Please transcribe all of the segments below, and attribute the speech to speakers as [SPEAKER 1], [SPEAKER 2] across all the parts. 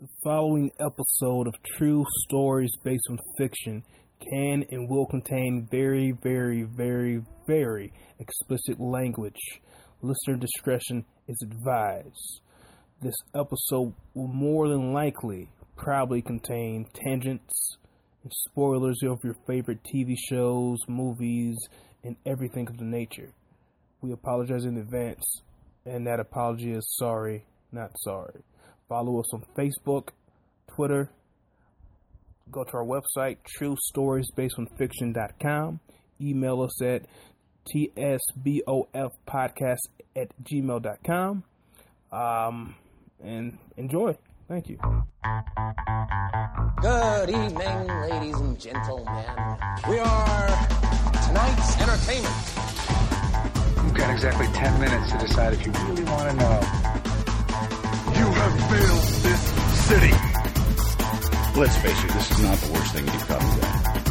[SPEAKER 1] The following episode of True Stories Based on Fiction can and will contain very, very, very, very explicit language. Listener discretion is advised. This episode will more than likely probably contain tangents and spoilers of your favorite TV shows, movies, and everything of the nature. We apologize in advance, and that apology is sorry, not sorry. Follow us on Facebook, Twitter. Go to our website, truestoriesbasedonfiction.com. Email us at tsbofpodcast at gmail.com. Um, and enjoy. Thank you.
[SPEAKER 2] Good evening, ladies and gentlemen. We are tonight's entertainment.
[SPEAKER 3] You've got exactly 10 minutes to decide if you really want to know. You have built this city.
[SPEAKER 4] Let's face it, this is not the worst thing you've probably done.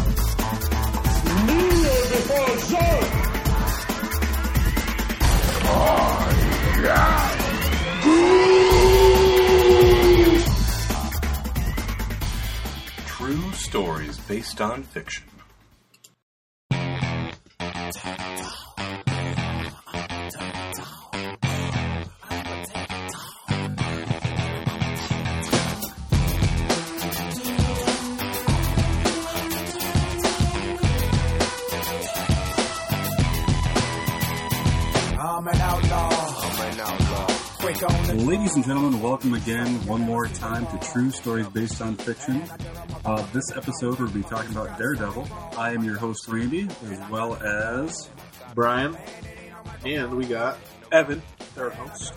[SPEAKER 5] True stories based on fiction.
[SPEAKER 6] Ladies and gentlemen, welcome again one more time to True Stories Based on Fiction. Uh, this episode, we'll be talking about Daredevil. I am your host, Randy, as well as
[SPEAKER 7] Brian, and we got
[SPEAKER 6] Evan, third host.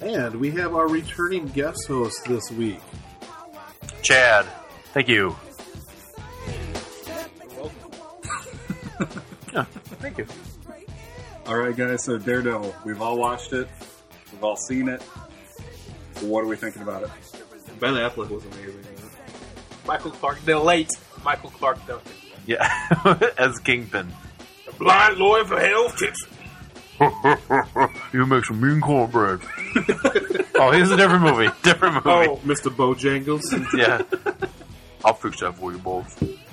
[SPEAKER 7] and we have our returning guest host this week.
[SPEAKER 8] Chad, thank you.
[SPEAKER 7] Thank you.
[SPEAKER 6] All right, guys, so Daredevil, we've all watched it, we've all seen it. What are we thinking about it?
[SPEAKER 7] Ben Affleck was amazing. in it.
[SPEAKER 9] Michael Clark. The late Michael Clark Duncan.
[SPEAKER 8] Yeah, as Kingpin.
[SPEAKER 9] Blind lawyer for Hell's Kitchen.
[SPEAKER 8] You make some mean cornbread. oh, here's a different movie. Different movie.
[SPEAKER 7] Oh, Mr. Bojangles.
[SPEAKER 8] Yeah. I'll fix that for you, both.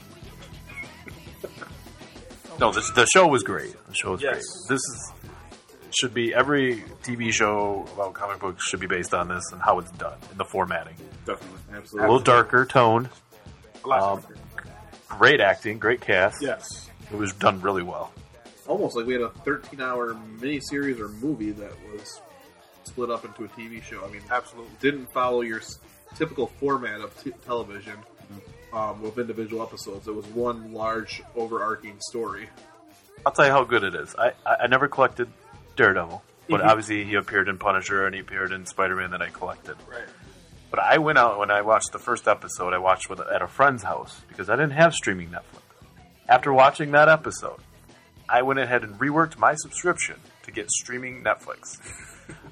[SPEAKER 8] No, this, the show was great. The show was great.
[SPEAKER 9] Yes.
[SPEAKER 8] This is, should be every TV show about comic books should be based on this and how it's done and the formatting.
[SPEAKER 7] Definitely,
[SPEAKER 8] A little
[SPEAKER 7] absolutely.
[SPEAKER 8] darker tone.
[SPEAKER 9] A lot
[SPEAKER 8] Um,
[SPEAKER 9] of-
[SPEAKER 8] Great acting. Great cast.
[SPEAKER 7] Yes,
[SPEAKER 8] It was done really well.
[SPEAKER 7] almost like we had a 13-hour miniseries or movie that was split up into a TV show. I mean, absolutely didn't follow your s- typical format of t- television um, with individual episodes. It was one large, overarching story.
[SPEAKER 8] I'll tell you how good it is. I, I, I never collected Daredevil, but
[SPEAKER 9] Mm-hmm.
[SPEAKER 8] obviously he appeared in Punisher and he appeared in Spider Man that I collected.
[SPEAKER 9] Right.
[SPEAKER 8] But I went out when I watched the first episode. I watched with, at a friend's house because I didn't have streaming Netflix. After watching that episode, I went ahead and reworked my subscription to get streaming Netflix.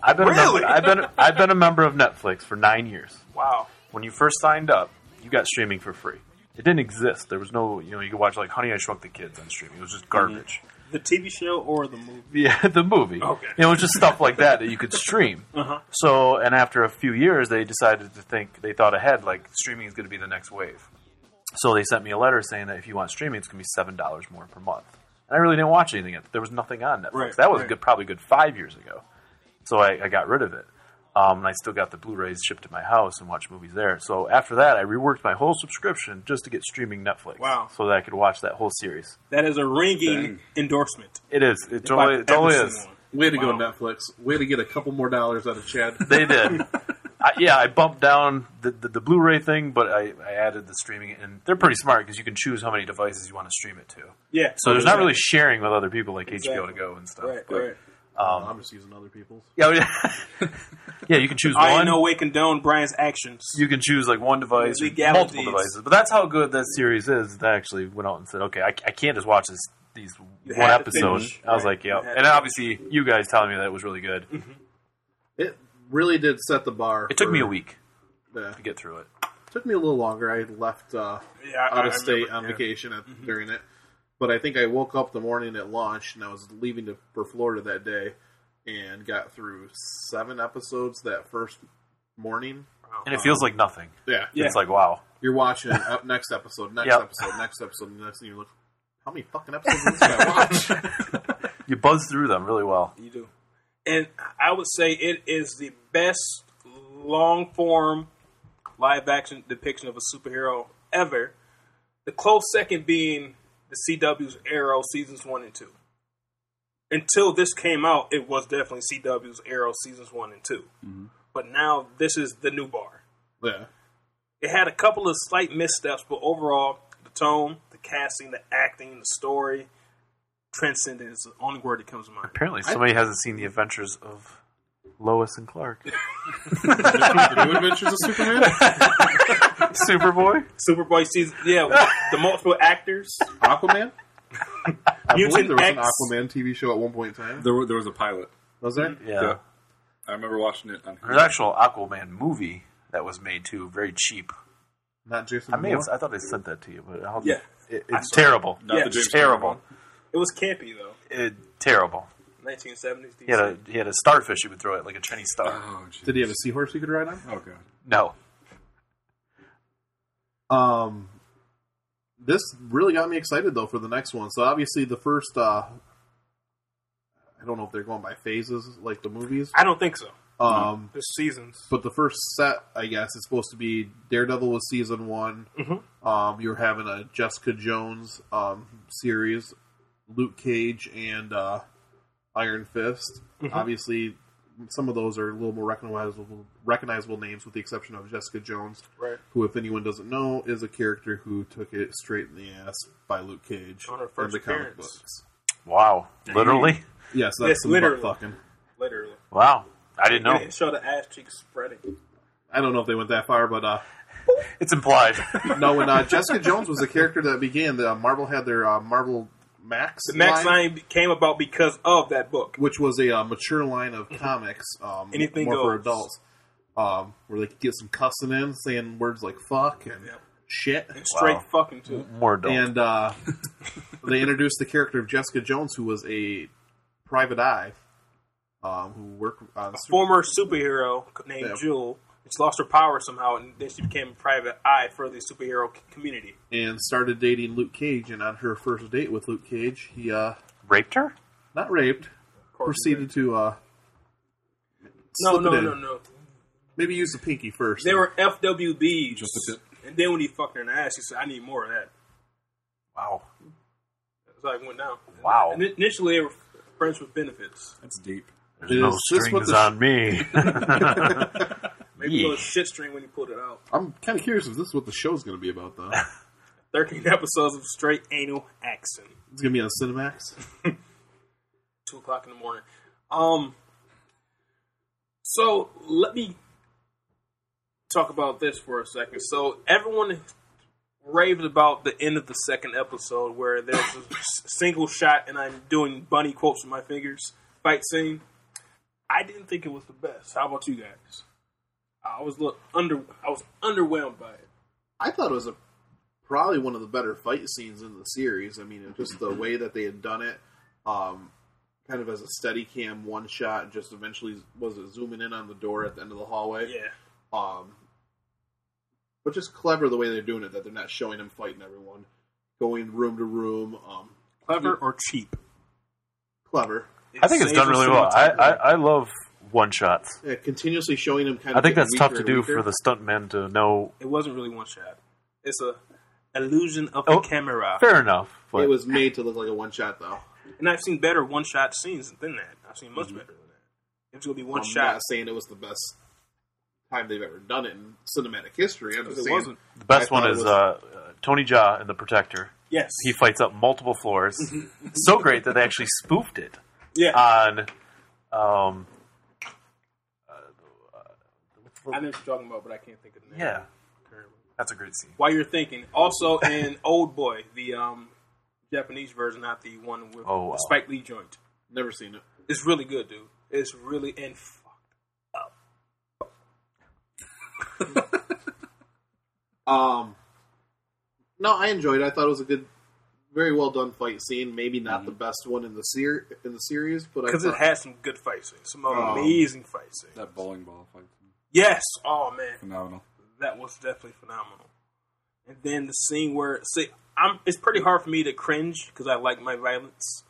[SPEAKER 8] I've been a
[SPEAKER 9] Really?
[SPEAKER 8] member, I've been I've been a member of Netflix for nine years.
[SPEAKER 9] Wow.
[SPEAKER 8] When you first signed up, you got streaming for free. It didn't exist. There was no you know you could watch like Honey I Shrunk the Kids on streaming. It was just
[SPEAKER 9] Mm-hmm.
[SPEAKER 8] garbage.
[SPEAKER 9] The TV show or the movie?
[SPEAKER 8] Yeah, the movie.
[SPEAKER 9] Okay. Uh-huh.
[SPEAKER 8] You know, it's just stuff like that that you could stream. So, and after a few years, they decided to think, they thought ahead, like, streaming is going to be the next wave. So they sent me a letter saying that if you want streaming, it's going to be $7 more per month. And I really didn't watch anything. There was nothing on Netflix.
[SPEAKER 9] Right,
[SPEAKER 8] that was
[SPEAKER 9] right.
[SPEAKER 8] good, probably good five years ago. So I, I got rid of it. Um, and I still got the Blu-rays shipped to my house and watched movies there. So after that, I reworked my whole subscription just to get streaming Netflix.
[SPEAKER 9] Wow.
[SPEAKER 8] So that I could watch that whole series.
[SPEAKER 9] That is a ringing endorsement.
[SPEAKER 8] It is. It totally, it totally is.
[SPEAKER 7] Way to
[SPEAKER 9] Wow.
[SPEAKER 7] go, Netflix! Way to get a couple more dollars out of Chad.
[SPEAKER 8] They did. I, yeah, I bumped down the, the, the Blu-ray thing, but I, I added the streaming, and they're pretty smart because you can choose how many devices you want to stream it to.
[SPEAKER 9] Yeah.
[SPEAKER 8] So there's not really sharing with other people like HBO to
[SPEAKER 9] Exactly.
[SPEAKER 8] go and stuff.
[SPEAKER 9] Right,
[SPEAKER 8] but-
[SPEAKER 9] right.
[SPEAKER 7] Um, I'm just using other people's.
[SPEAKER 8] Yeah, yeah. yeah, you can choose
[SPEAKER 9] I
[SPEAKER 8] one.
[SPEAKER 9] in no way condone Brian's actions.
[SPEAKER 8] You can choose like one device, or
[SPEAKER 9] Legalities.
[SPEAKER 8] multiple devices. But that's how good that series is. That I actually went out and said, okay, I, I can't just watch this these
[SPEAKER 9] You
[SPEAKER 8] one
[SPEAKER 9] had to
[SPEAKER 8] episode.
[SPEAKER 9] finish.
[SPEAKER 8] I was
[SPEAKER 9] Right.
[SPEAKER 8] like, yeah.
[SPEAKER 9] You had
[SPEAKER 8] And
[SPEAKER 9] to Mm-hmm.
[SPEAKER 8] obviously, you guys telling me that it was really good.
[SPEAKER 7] It really did set the bar.
[SPEAKER 8] It took
[SPEAKER 7] for
[SPEAKER 8] me a week
[SPEAKER 7] the-
[SPEAKER 8] to get through it.
[SPEAKER 7] took me a little longer. I left uh,
[SPEAKER 9] Yeah, I-
[SPEAKER 7] out
[SPEAKER 9] I
[SPEAKER 7] of state
[SPEAKER 9] remember,
[SPEAKER 7] on
[SPEAKER 9] yeah. Mm-hmm.
[SPEAKER 7] vacation at, during it, but I think I woke up the morning it launched, and I was leaving to, for Florida that day, and got through seven episodes that first morning.
[SPEAKER 8] and it
[SPEAKER 9] Uh-huh.
[SPEAKER 8] feels like nothing.
[SPEAKER 7] Yeah,
[SPEAKER 8] It's like wow.
[SPEAKER 7] You're watching up next episode, next
[SPEAKER 8] Yep.
[SPEAKER 7] episode, next episode, and next thing you look, how many fucking episodes did this guy watch?
[SPEAKER 8] You buzz through them really well.
[SPEAKER 9] You do. And I would say it is the best long form live action depiction of a superhero ever. The close second being the CW's Arrow seasons one and two. Until this came out, it was definitely CW's Arrow seasons one and 2 But now this is the new bar.
[SPEAKER 7] yeah,
[SPEAKER 9] It had a couple of slight missteps, but overall, the tone, the casting, the acting, the story, transcendent is the only word that comes to mind.
[SPEAKER 8] Apparently, somebody hasn't seen the adventures of Lois and Clark.
[SPEAKER 7] the New Adventures of Superman.
[SPEAKER 8] Superboy.
[SPEAKER 9] Superboy season, yeah, with the multiple actors,
[SPEAKER 7] Aquaman. I believe
[SPEAKER 9] Mutant
[SPEAKER 7] there was
[SPEAKER 9] X.
[SPEAKER 7] an Aquaman TV show at one point in time.
[SPEAKER 6] There, wa- there was a pilot.
[SPEAKER 7] Was there?
[SPEAKER 8] Yeah.
[SPEAKER 6] Yeah. I remember watching it on
[SPEAKER 8] There's an actual Aquaman movie that was made too, very cheap.
[SPEAKER 7] Not Jason.
[SPEAKER 8] I may have,
[SPEAKER 7] Momoa?
[SPEAKER 8] I thought I sent that to you, but I'll,
[SPEAKER 9] Yeah.
[SPEAKER 8] it, it's terrible.
[SPEAKER 6] Not
[SPEAKER 9] Yeah,
[SPEAKER 6] the James
[SPEAKER 8] terrible.
[SPEAKER 6] Cameron
[SPEAKER 9] It was campy though,
[SPEAKER 8] It, terrible.
[SPEAKER 9] 1970s. DC.
[SPEAKER 8] He had a he had a starfish he would throw at like a Chinese star.
[SPEAKER 6] one. Oh, jeez.
[SPEAKER 7] Did he have a seahorse he could ride on?
[SPEAKER 6] Oh, God.
[SPEAKER 8] No,
[SPEAKER 7] Um, this really got me excited though for the next one. So obviously the first, uh, I don't know if they're going by phases like the movies.
[SPEAKER 9] I don't think so.
[SPEAKER 7] Um,
[SPEAKER 9] There's seasons.
[SPEAKER 7] but the first set, I guess, is supposed to be Daredevil was season one.
[SPEAKER 9] Mm-hmm.
[SPEAKER 7] Um, you're having a Jessica Jones um, series, Luke Cage and uh, Iron Fist.
[SPEAKER 9] Mm-hmm.
[SPEAKER 7] Obviously, some of those are a little more recognizable recognizable names, with the exception of Jessica Jones,
[SPEAKER 9] Right.
[SPEAKER 7] who, if anyone doesn't know, is a character who took it straight in the ass by Luke Cage
[SPEAKER 9] On her
[SPEAKER 7] in
[SPEAKER 9] first
[SPEAKER 7] the comic
[SPEAKER 9] appearance.
[SPEAKER 7] books.
[SPEAKER 8] wow, literally,
[SPEAKER 7] Yes,
[SPEAKER 9] Yes,
[SPEAKER 7] that's some
[SPEAKER 9] literally.
[SPEAKER 7] butt fucking.
[SPEAKER 9] Literally,
[SPEAKER 8] wow. I didn't know.
[SPEAKER 9] and it showed the ass cheeks spreading.
[SPEAKER 7] I don't know if they went that far, but uh,
[SPEAKER 8] It's implied.
[SPEAKER 7] No, when uh, Jessica Jones was the character that began, the uh, Marvel had their uh, Marvel Max,
[SPEAKER 9] The Max line came about because of that book.
[SPEAKER 7] which was a uh, mature line of comics, um,
[SPEAKER 9] Anything
[SPEAKER 7] more for
[SPEAKER 9] goes.
[SPEAKER 7] adults, um, where they could get some cussing in, saying words like "fuck" and
[SPEAKER 9] Yep.
[SPEAKER 7] "shit,"
[SPEAKER 9] And straight
[SPEAKER 8] Wow.
[SPEAKER 9] fucking too.
[SPEAKER 8] More adult.
[SPEAKER 7] and uh, they introduced the character of Jessica Jones, who was a private eye, um, who worked on Super-
[SPEAKER 9] Former superhero named
[SPEAKER 7] Yeah.
[SPEAKER 9] Jewel. She lost her power somehow, and then she became a private eye for the superhero c- community.
[SPEAKER 7] and started dating Luke Cage. And on her first date with Luke Cage, he uh,
[SPEAKER 8] Raped her.
[SPEAKER 7] not raped,
[SPEAKER 9] course he
[SPEAKER 7] proceeded to. Uh,
[SPEAKER 9] No,
[SPEAKER 7] slip
[SPEAKER 9] no,
[SPEAKER 7] it in.
[SPEAKER 9] no, no.
[SPEAKER 7] Maybe use the pinky first.
[SPEAKER 9] They were FWBs.
[SPEAKER 6] Just a tip.
[SPEAKER 9] And then when he fucked her in the ass, he said, I need more of that.
[SPEAKER 8] Wow.
[SPEAKER 9] So I went down.
[SPEAKER 8] Wow.
[SPEAKER 9] And initially, they were friends with benefits.
[SPEAKER 6] That's deep.
[SPEAKER 8] There's no
[SPEAKER 7] Is this what
[SPEAKER 8] strings
[SPEAKER 7] the-
[SPEAKER 8] on me.
[SPEAKER 9] Maybe a little shit string when he pulled it out.
[SPEAKER 7] I'm kind of curious if this is what the show's going to be about, though.
[SPEAKER 9] 13 episodes of straight anal action.
[SPEAKER 7] it's going to be on Cinemax.
[SPEAKER 9] 2 o'clock in the morning. Um. So, let me talk about this for a second. So, everyone raved about the end of the second episode where there's a s- single shot, and I'm doing bunny quotes with my fingers, fight scene. I didn't think it was the best. How about you guys? I was a little under. I was underwhelmed by it.
[SPEAKER 7] I thought it was a probably one of the better fight scenes in the series. I mean, it- just the way that they had done it, um, kind of as a steady cam one shot, and just eventually was it zooming in on the door at the end of the hallway.
[SPEAKER 9] Yeah.
[SPEAKER 7] Um, but just clever the way they're doing it, that they're not showing him fighting everyone, going room to room. Um,
[SPEAKER 9] clever or cheap.
[SPEAKER 7] clever.
[SPEAKER 8] I think it's done really well. I, I, I love one shots.
[SPEAKER 7] Yeah, uh, continuously showing him kind
[SPEAKER 8] I
[SPEAKER 7] of.
[SPEAKER 8] think
[SPEAKER 7] getting
[SPEAKER 8] that's tough
[SPEAKER 7] weaker
[SPEAKER 8] to
[SPEAKER 7] and
[SPEAKER 8] do
[SPEAKER 7] weaker.
[SPEAKER 8] for the stuntman to know.
[SPEAKER 9] It wasn't really one shot. It's a illusion of
[SPEAKER 8] Oh,
[SPEAKER 9] the camera.
[SPEAKER 8] Fair enough, but
[SPEAKER 7] It was made to look like a one shot, though.
[SPEAKER 9] And I've seen better one shot scenes than that. I've seen
[SPEAKER 8] Mm-hmm.
[SPEAKER 9] much better than that. It's gonna be one
[SPEAKER 8] Oh,
[SPEAKER 7] I'm
[SPEAKER 9] shot.
[SPEAKER 7] not saying it was the best time they've ever done it in cinematic history. I'm just
[SPEAKER 9] It
[SPEAKER 7] saying
[SPEAKER 9] wasn't.
[SPEAKER 8] the
[SPEAKER 7] I
[SPEAKER 8] best
[SPEAKER 7] thought
[SPEAKER 8] one
[SPEAKER 7] it
[SPEAKER 8] is
[SPEAKER 7] was-
[SPEAKER 8] uh, uh, Tony Jaa in The Protector.
[SPEAKER 9] Yes.
[SPEAKER 8] He fights up multiple floors, so great that they actually spoofed it
[SPEAKER 9] yeah.
[SPEAKER 8] on. Um,
[SPEAKER 9] I know what you're talking about, but I can't think of the name.
[SPEAKER 8] yeah, that's a great scene.
[SPEAKER 9] While you're thinking, also in Old Boy, the um, Japanese version, not the one with
[SPEAKER 8] Oh, wow.
[SPEAKER 9] the Spike Lee joint.
[SPEAKER 7] never seen it.
[SPEAKER 9] It's really good, dude. It's really and fucked.
[SPEAKER 7] Um, no, I enjoyed it. I thought it was a good, very well done fight scene. Maybe not the best one in the ser- in the series, but I
[SPEAKER 9] Because Mhm. it
[SPEAKER 7] thought-
[SPEAKER 8] Oh.
[SPEAKER 9] had some good fight scenes, some
[SPEAKER 7] Um,
[SPEAKER 9] amazing fight scenes.
[SPEAKER 6] That bowling ball fight.
[SPEAKER 9] Yes. Oh man,
[SPEAKER 6] Phenomenal.
[SPEAKER 9] that was definitely phenomenal. And then the scene where see, I'm it's pretty hard for me to cringe because I like my violence.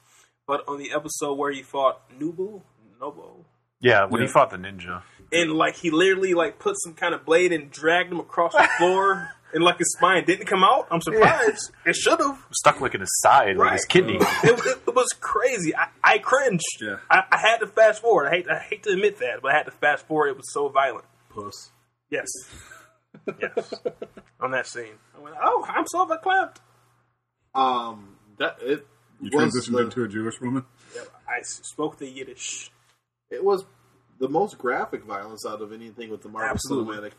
[SPEAKER 9] But on the episode where he fought Nubu, Nobo,
[SPEAKER 8] Yeah, when
[SPEAKER 6] Yeah.
[SPEAKER 8] he fought the ninja.
[SPEAKER 9] and like he literally like put some kind of blade and dragged him across the floor, and like his spine didn't come out. I'm surprised. It should have.
[SPEAKER 8] Stuck like in his side, like his
[SPEAKER 9] Right.
[SPEAKER 8] kidney.
[SPEAKER 9] It, it, it was crazy. I, I cringed.
[SPEAKER 6] Yeah.
[SPEAKER 9] I, I had to fast forward. I hate I hate to admit that, but I had to fast forward. It was so violent.
[SPEAKER 7] Puss.
[SPEAKER 9] Yes. yes. On that scene. I went, oh, I'm so verklempt.
[SPEAKER 7] Um, that it
[SPEAKER 6] You
[SPEAKER 7] was uh,
[SPEAKER 6] transitioned
[SPEAKER 7] the-
[SPEAKER 6] into a Jewish woman.
[SPEAKER 9] Yep, I s- spoke the Yiddish.
[SPEAKER 7] it was the most graphic violence out of anything with the Marvel
[SPEAKER 9] Absolutely.
[SPEAKER 7] Cinematic.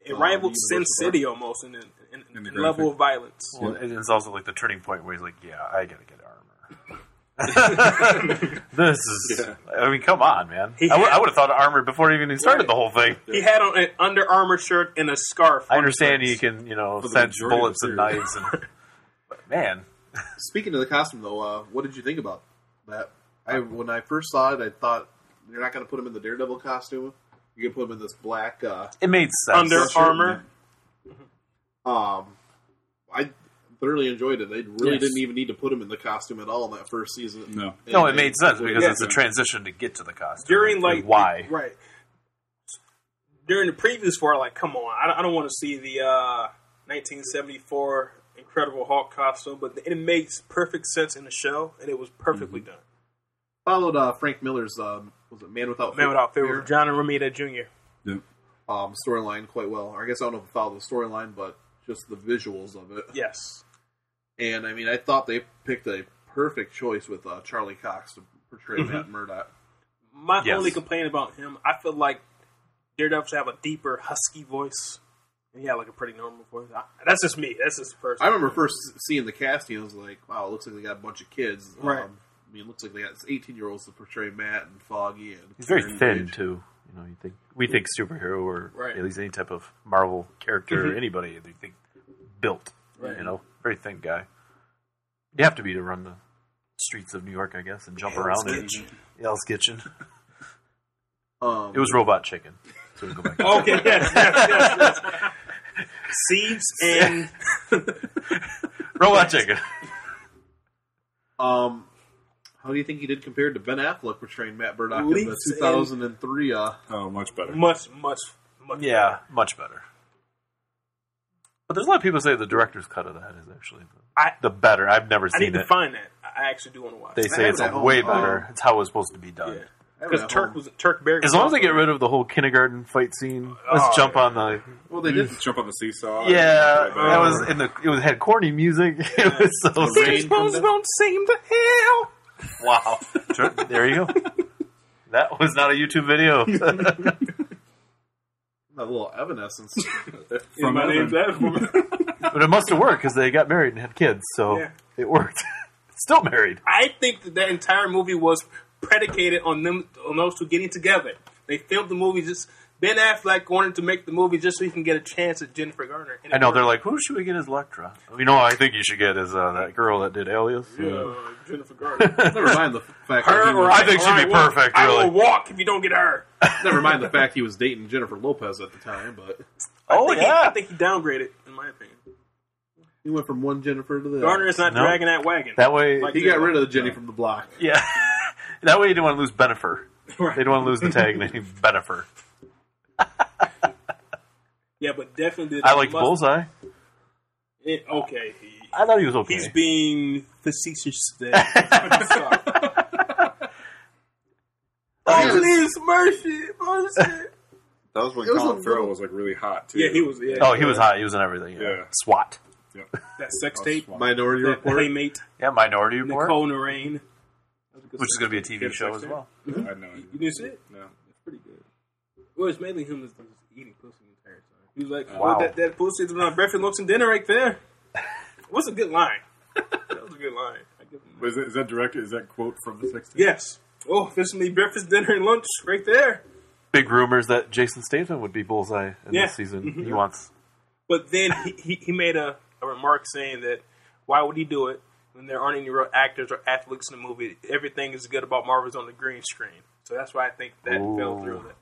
[SPEAKER 9] It
[SPEAKER 7] Oh, Universal
[SPEAKER 9] rivaled Sin
[SPEAKER 7] Park.
[SPEAKER 9] City almost in, in, in,
[SPEAKER 6] In the
[SPEAKER 9] level
[SPEAKER 6] graphic.
[SPEAKER 9] of violence.
[SPEAKER 8] Well, and it's also like the turning point where he's like, "Yeah, I gotta get armor." this is. I mean, come on, man. I
[SPEAKER 9] He had-
[SPEAKER 8] would have thought of armor before even he started the whole thing.
[SPEAKER 9] He had on an Under Armour shirt and a scarf.
[SPEAKER 8] I understand you can, you know,
[SPEAKER 6] For the
[SPEAKER 8] sense
[SPEAKER 6] majority of
[SPEAKER 8] bullets
[SPEAKER 6] the
[SPEAKER 8] and
[SPEAKER 6] series.
[SPEAKER 8] knives, and but man,
[SPEAKER 7] Speaking of the costume, though, uh, what did you think about that? I when I first saw it, I thought you're not going to put him in the Daredevil costume. You're going to put him in this black. Uh,
[SPEAKER 8] it made sense.
[SPEAKER 9] Under Armour.
[SPEAKER 7] um, I thoroughly enjoyed it. They really
[SPEAKER 6] Yes.
[SPEAKER 7] didn't even need to put him in the costume at all in that first season.
[SPEAKER 6] No.
[SPEAKER 7] And
[SPEAKER 8] no, it
[SPEAKER 7] they-
[SPEAKER 8] made sense
[SPEAKER 7] they-
[SPEAKER 8] because
[SPEAKER 9] Yeah.
[SPEAKER 8] it's a transition to get to the costume.
[SPEAKER 9] During, like,
[SPEAKER 8] why?
[SPEAKER 9] Right. During the previews for it, like, come on. I, don't- I don't want to see the uh, 1974 Incredible Hulk costume, but it makes perfect sense in the show, and it was perfectly done.
[SPEAKER 7] followed uh, Frank Miller's um, was it Man Without
[SPEAKER 9] Man without fear,
[SPEAKER 7] Fear?
[SPEAKER 9] John Romita Jr.
[SPEAKER 6] Yeah.
[SPEAKER 7] um, storyline quite well. Or I guess I don't know if it followed the storyline, but just the visuals of it.
[SPEAKER 9] Yes.
[SPEAKER 7] And I mean, I thought they picked a perfect choice with uh, Charlie Cox to portray Matt Murdock.
[SPEAKER 9] My
[SPEAKER 8] Yes.
[SPEAKER 9] only complaint about him, I feel like Daredevil should have a deeper, husky voice. And he had like a pretty normal voice. I, that's just me. That's just
[SPEAKER 7] I
[SPEAKER 9] personal.
[SPEAKER 7] remember first seeing the casting, I was like, "Wow, it looks like they got a bunch of kids."
[SPEAKER 9] Right.
[SPEAKER 7] Um, I mean, it looks like they got eighteen-year-olds to portray Matt and Foggy and
[SPEAKER 8] He's very
[SPEAKER 7] and
[SPEAKER 8] thin
[SPEAKER 7] Cage.
[SPEAKER 8] too. You know, you think we think superhero or
[SPEAKER 9] Right. Mm-hmm.
[SPEAKER 8] at least any type of Marvel character or anybody they think built.
[SPEAKER 9] Right.
[SPEAKER 8] You know, very thin guy. You have to be to run the streets of New York, I guess, and jump
[SPEAKER 9] Hell's
[SPEAKER 8] around. and-
[SPEAKER 9] Kitchen.
[SPEAKER 8] Hell's Kitchen.
[SPEAKER 7] Um,
[SPEAKER 8] It was Robot Chicken. So we go back.
[SPEAKER 9] Oh, Okay, yes, yes, yes, yes. Seeds and
[SPEAKER 8] Robot Chicken.
[SPEAKER 7] um, how do you think he did compared to Ben Affleck portraying Matt Murdock in the
[SPEAKER 9] Leaps
[SPEAKER 7] two thousand and three? Uh,
[SPEAKER 6] Oh, much better.
[SPEAKER 9] much, much, much.
[SPEAKER 8] yeah, much better. But there's a lot of people say the director's cut of that is actually the,
[SPEAKER 9] I-
[SPEAKER 8] the better. I've never
[SPEAKER 9] I
[SPEAKER 8] seen
[SPEAKER 9] need to
[SPEAKER 8] it.
[SPEAKER 9] find that. I actually do want to watch.
[SPEAKER 8] they
[SPEAKER 9] it.
[SPEAKER 8] say
[SPEAKER 7] have
[SPEAKER 8] it's
[SPEAKER 7] it at home.
[SPEAKER 8] way
[SPEAKER 7] Oh.
[SPEAKER 8] better. It's how it was supposed to be done.
[SPEAKER 7] I don't
[SPEAKER 9] because
[SPEAKER 7] know.
[SPEAKER 9] Turk was Turk Barry.
[SPEAKER 8] As long as they get rid of the whole kindergarten fight scene, let's
[SPEAKER 9] Oh,
[SPEAKER 8] jump
[SPEAKER 9] yeah.
[SPEAKER 8] on the
[SPEAKER 7] well, they did
[SPEAKER 6] Jump on the seesaw.
[SPEAKER 8] Mm. Yeah,
[SPEAKER 6] Right back.
[SPEAKER 8] that
[SPEAKER 9] uh,
[SPEAKER 8] was in the. It was had corny music. It was so.
[SPEAKER 7] rain comes down.
[SPEAKER 8] won't seem to heal. Wow, Sure, there you go. That was not a YouTube video.
[SPEAKER 7] a little evanescence.
[SPEAKER 6] From
[SPEAKER 9] my name's
[SPEAKER 6] Evan.
[SPEAKER 9] Adam.
[SPEAKER 8] but it must have worked because they got married and had kids, so
[SPEAKER 9] Yeah.
[SPEAKER 8] it worked. Still married.
[SPEAKER 9] I think that that entire movie was predicated on them on those two getting together. They filmed the movie just Ben Affleck wanted to make the movie just so he can get a chance at Jennifer Garner. And
[SPEAKER 8] I
[SPEAKER 9] it
[SPEAKER 8] know they're
[SPEAKER 9] worked.
[SPEAKER 8] like, who should we get as Electra? You know, I think you should get as uh, that girl that did Alias.
[SPEAKER 9] Uh, Jennifer Garner.
[SPEAKER 7] never mind the fact. that
[SPEAKER 9] Her
[SPEAKER 7] he
[SPEAKER 9] or
[SPEAKER 7] was,
[SPEAKER 8] I think she'd
[SPEAKER 9] or I
[SPEAKER 8] be
[SPEAKER 9] will-
[SPEAKER 8] perfect,
[SPEAKER 9] I
[SPEAKER 8] really.
[SPEAKER 9] will walk if you don't get her.
[SPEAKER 7] never mind the fact he was dating Jennifer Lopez at the time, but
[SPEAKER 8] Oh
[SPEAKER 9] I think he, I think he downgraded, in my opinion.
[SPEAKER 7] he went from one Jennifer to the
[SPEAKER 9] Garner is not
[SPEAKER 8] No.
[SPEAKER 9] dragging that wagon.
[SPEAKER 8] that way.
[SPEAKER 9] Like-
[SPEAKER 7] He got rid of the Jenny from the block.
[SPEAKER 8] yeah, that way you didn't want to lose Benifer.
[SPEAKER 9] Right.
[SPEAKER 8] They didn't want to lose the tag name Benifer.
[SPEAKER 9] yeah, but definitely.
[SPEAKER 8] I liked
[SPEAKER 9] must-
[SPEAKER 8] Bullseye.
[SPEAKER 9] it- okay, he-
[SPEAKER 8] I thought he was okay.
[SPEAKER 9] he's being facetious. Today. I'm sorry.
[SPEAKER 6] Oh,
[SPEAKER 9] please, mercy, mercy.
[SPEAKER 6] That was when
[SPEAKER 7] It was a
[SPEAKER 6] Colin Farrell
[SPEAKER 7] little-
[SPEAKER 6] was like really hot too.
[SPEAKER 9] Yeah, he was. Yeah,
[SPEAKER 8] oh, he was hot. He was in everything. Yeah.
[SPEAKER 6] Yeah.
[SPEAKER 8] SWAT.
[SPEAKER 6] Yeah.
[SPEAKER 9] that sex
[SPEAKER 6] Oh,
[SPEAKER 9] tape.
[SPEAKER 6] swat.
[SPEAKER 7] Minority
[SPEAKER 9] That
[SPEAKER 7] Report.
[SPEAKER 9] playmate
[SPEAKER 8] Yeah, Minority Report,
[SPEAKER 9] Nicole Narain.
[SPEAKER 8] which is going to be a TV
[SPEAKER 9] Good
[SPEAKER 8] show
[SPEAKER 9] sex
[SPEAKER 8] as
[SPEAKER 9] tape.
[SPEAKER 8] well.
[SPEAKER 6] Mm-hmm. I know.
[SPEAKER 9] You didn't see it?
[SPEAKER 6] No.
[SPEAKER 9] It's pretty good. Well, it's mainly him that's just eating pussy the entire time. He was like,
[SPEAKER 8] Wow.
[SPEAKER 9] "Oh, that that pussy is my breakfast, lunch, and dinner right there." What's a good line? that was a good line. I give him that.
[SPEAKER 6] But is, that, is that directed? Is that quote from the sex tape?
[SPEAKER 9] Yes. Oh, this is me breakfast, dinner, and lunch right there.
[SPEAKER 8] Big rumors that Jason Statham would be Bullseye in
[SPEAKER 9] Yeah. Mm-hmm.
[SPEAKER 8] this season. He wants.
[SPEAKER 9] But then he, he, he made a, a remark saying that why would he do it when there aren't any real actors or athletes in the movie? Everything is good about Marvel's on the green screen. So that's why I think that fell
[SPEAKER 8] Ooh.
[SPEAKER 9] through. Because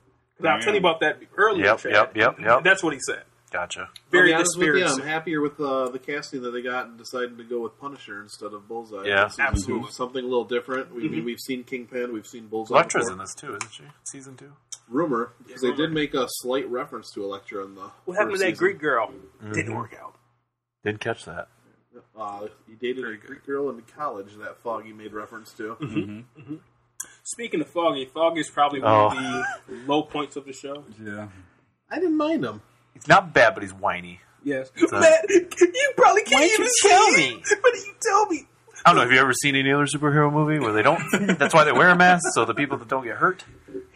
[SPEAKER 9] Now, I was telling you about that earlier.
[SPEAKER 8] Yep,
[SPEAKER 9] Chad.
[SPEAKER 8] yep, yep, yep.
[SPEAKER 9] That's what he said.
[SPEAKER 8] Gotcha.
[SPEAKER 9] Very
[SPEAKER 7] I'll be honest with you, I'm
[SPEAKER 9] dispiriting.
[SPEAKER 7] happier with uh, the casting that they got and deciding to go with Punisher instead of Bullseye.
[SPEAKER 8] Yeah.
[SPEAKER 7] This season
[SPEAKER 9] Absolutely. Mm-hmm.
[SPEAKER 7] two, something a little different. We, We've seen Kingpin, we've seen Bullseye.
[SPEAKER 8] Electra's
[SPEAKER 7] before.
[SPEAKER 8] in this too, isn't she? Season two.
[SPEAKER 7] Rumor, because they
[SPEAKER 9] Rumor.
[SPEAKER 7] did make a slight reference to Elektra in the.
[SPEAKER 9] What happened
[SPEAKER 7] first
[SPEAKER 9] to that
[SPEAKER 7] season.
[SPEAKER 9] Greek girl?
[SPEAKER 8] Mm-hmm.
[SPEAKER 9] Didn't work out.
[SPEAKER 8] Didn't catch that.
[SPEAKER 7] Uh, he dated a Greek girl in college. That Foggy made reference to.
[SPEAKER 8] Mm-hmm.
[SPEAKER 9] Speaking of Foggy, Foggy's probably one
[SPEAKER 8] Oh.
[SPEAKER 9] of the low points of the show.
[SPEAKER 6] Yeah.
[SPEAKER 7] I didn't mind him.
[SPEAKER 8] He's not bad, but he's whiny.
[SPEAKER 9] Yes. Matt, you probably can't even tell me. What did you tell me?
[SPEAKER 8] I don't know. Have you ever seen any other superhero movie where they don't? that's why they wear a mask, so the people that don't get hurt,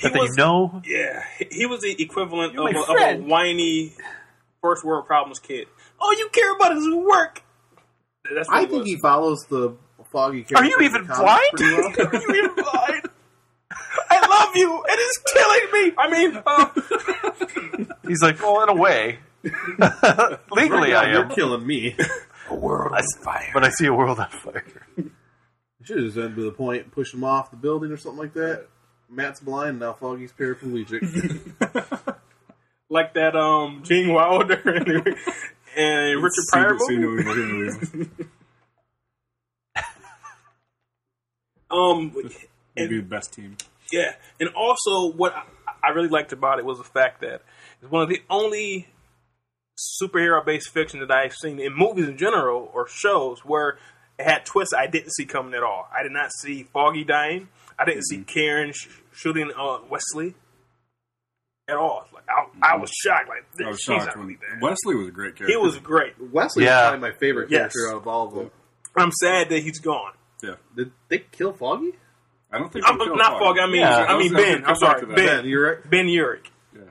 [SPEAKER 8] that they
[SPEAKER 9] was-
[SPEAKER 8] know.
[SPEAKER 9] Yeah, he- he was the equivalent of
[SPEAKER 8] my
[SPEAKER 9] a, of a
[SPEAKER 8] friend.
[SPEAKER 9] whiny first world problems kid. All you care about is work. That's what
[SPEAKER 7] I
[SPEAKER 9] he
[SPEAKER 7] think
[SPEAKER 9] was.
[SPEAKER 7] he follows the Foggy character.
[SPEAKER 8] Are you
[SPEAKER 7] in the
[SPEAKER 8] even blind?
[SPEAKER 7] comics pretty well.
[SPEAKER 9] Are you even blind? I love you. It is killing me. I mean, uh,
[SPEAKER 8] He's like, well, in a way, legally I
[SPEAKER 7] You're
[SPEAKER 8] am.
[SPEAKER 7] killing me.
[SPEAKER 8] I s- But I see a world on fire.
[SPEAKER 7] Should have just ended to the point, push him off the building or something like that. Matt's blind now. Foggy's paraplegic.
[SPEAKER 9] like that um Gene Wilder and, and Richard Pryor
[SPEAKER 6] Secret scene
[SPEAKER 9] movie.
[SPEAKER 6] that we were in with.
[SPEAKER 9] Um,
[SPEAKER 6] We'd be the best team.
[SPEAKER 9] yeah, and also what I, I really liked about it was the fact that it's one of the only superhero-based fiction that I've seen in movies in general or shows where it had twists I didn't see coming at all. I did not see Foggy dying. I didn't see
[SPEAKER 6] Mm-hmm.
[SPEAKER 9] Karen sh- shooting uh, Wesley at all. Like I, I was shocked. Like
[SPEAKER 6] Mm-hmm. I was
[SPEAKER 9] she's
[SPEAKER 6] shocked
[SPEAKER 9] not
[SPEAKER 6] when
[SPEAKER 9] really there.
[SPEAKER 6] Wesley was a great character.
[SPEAKER 9] He was great.
[SPEAKER 7] Wesley's
[SPEAKER 8] Yeah.
[SPEAKER 7] probably my favorite
[SPEAKER 9] Yes.
[SPEAKER 7] character out of all of them.
[SPEAKER 9] I'm sad that he's gone.
[SPEAKER 6] Yeah.
[SPEAKER 7] Did they kill Foggy?
[SPEAKER 6] I don't think
[SPEAKER 9] I'm,
[SPEAKER 6] they killed
[SPEAKER 9] not Foggy. I mean,
[SPEAKER 8] Yeah,
[SPEAKER 9] I
[SPEAKER 6] I was
[SPEAKER 9] mean
[SPEAKER 6] gonna
[SPEAKER 9] Ben.
[SPEAKER 6] come back
[SPEAKER 9] I'm sorry,
[SPEAKER 6] to that.
[SPEAKER 9] Ben.
[SPEAKER 7] Ben, you're right.
[SPEAKER 9] Ben Urich.
[SPEAKER 6] Yeah.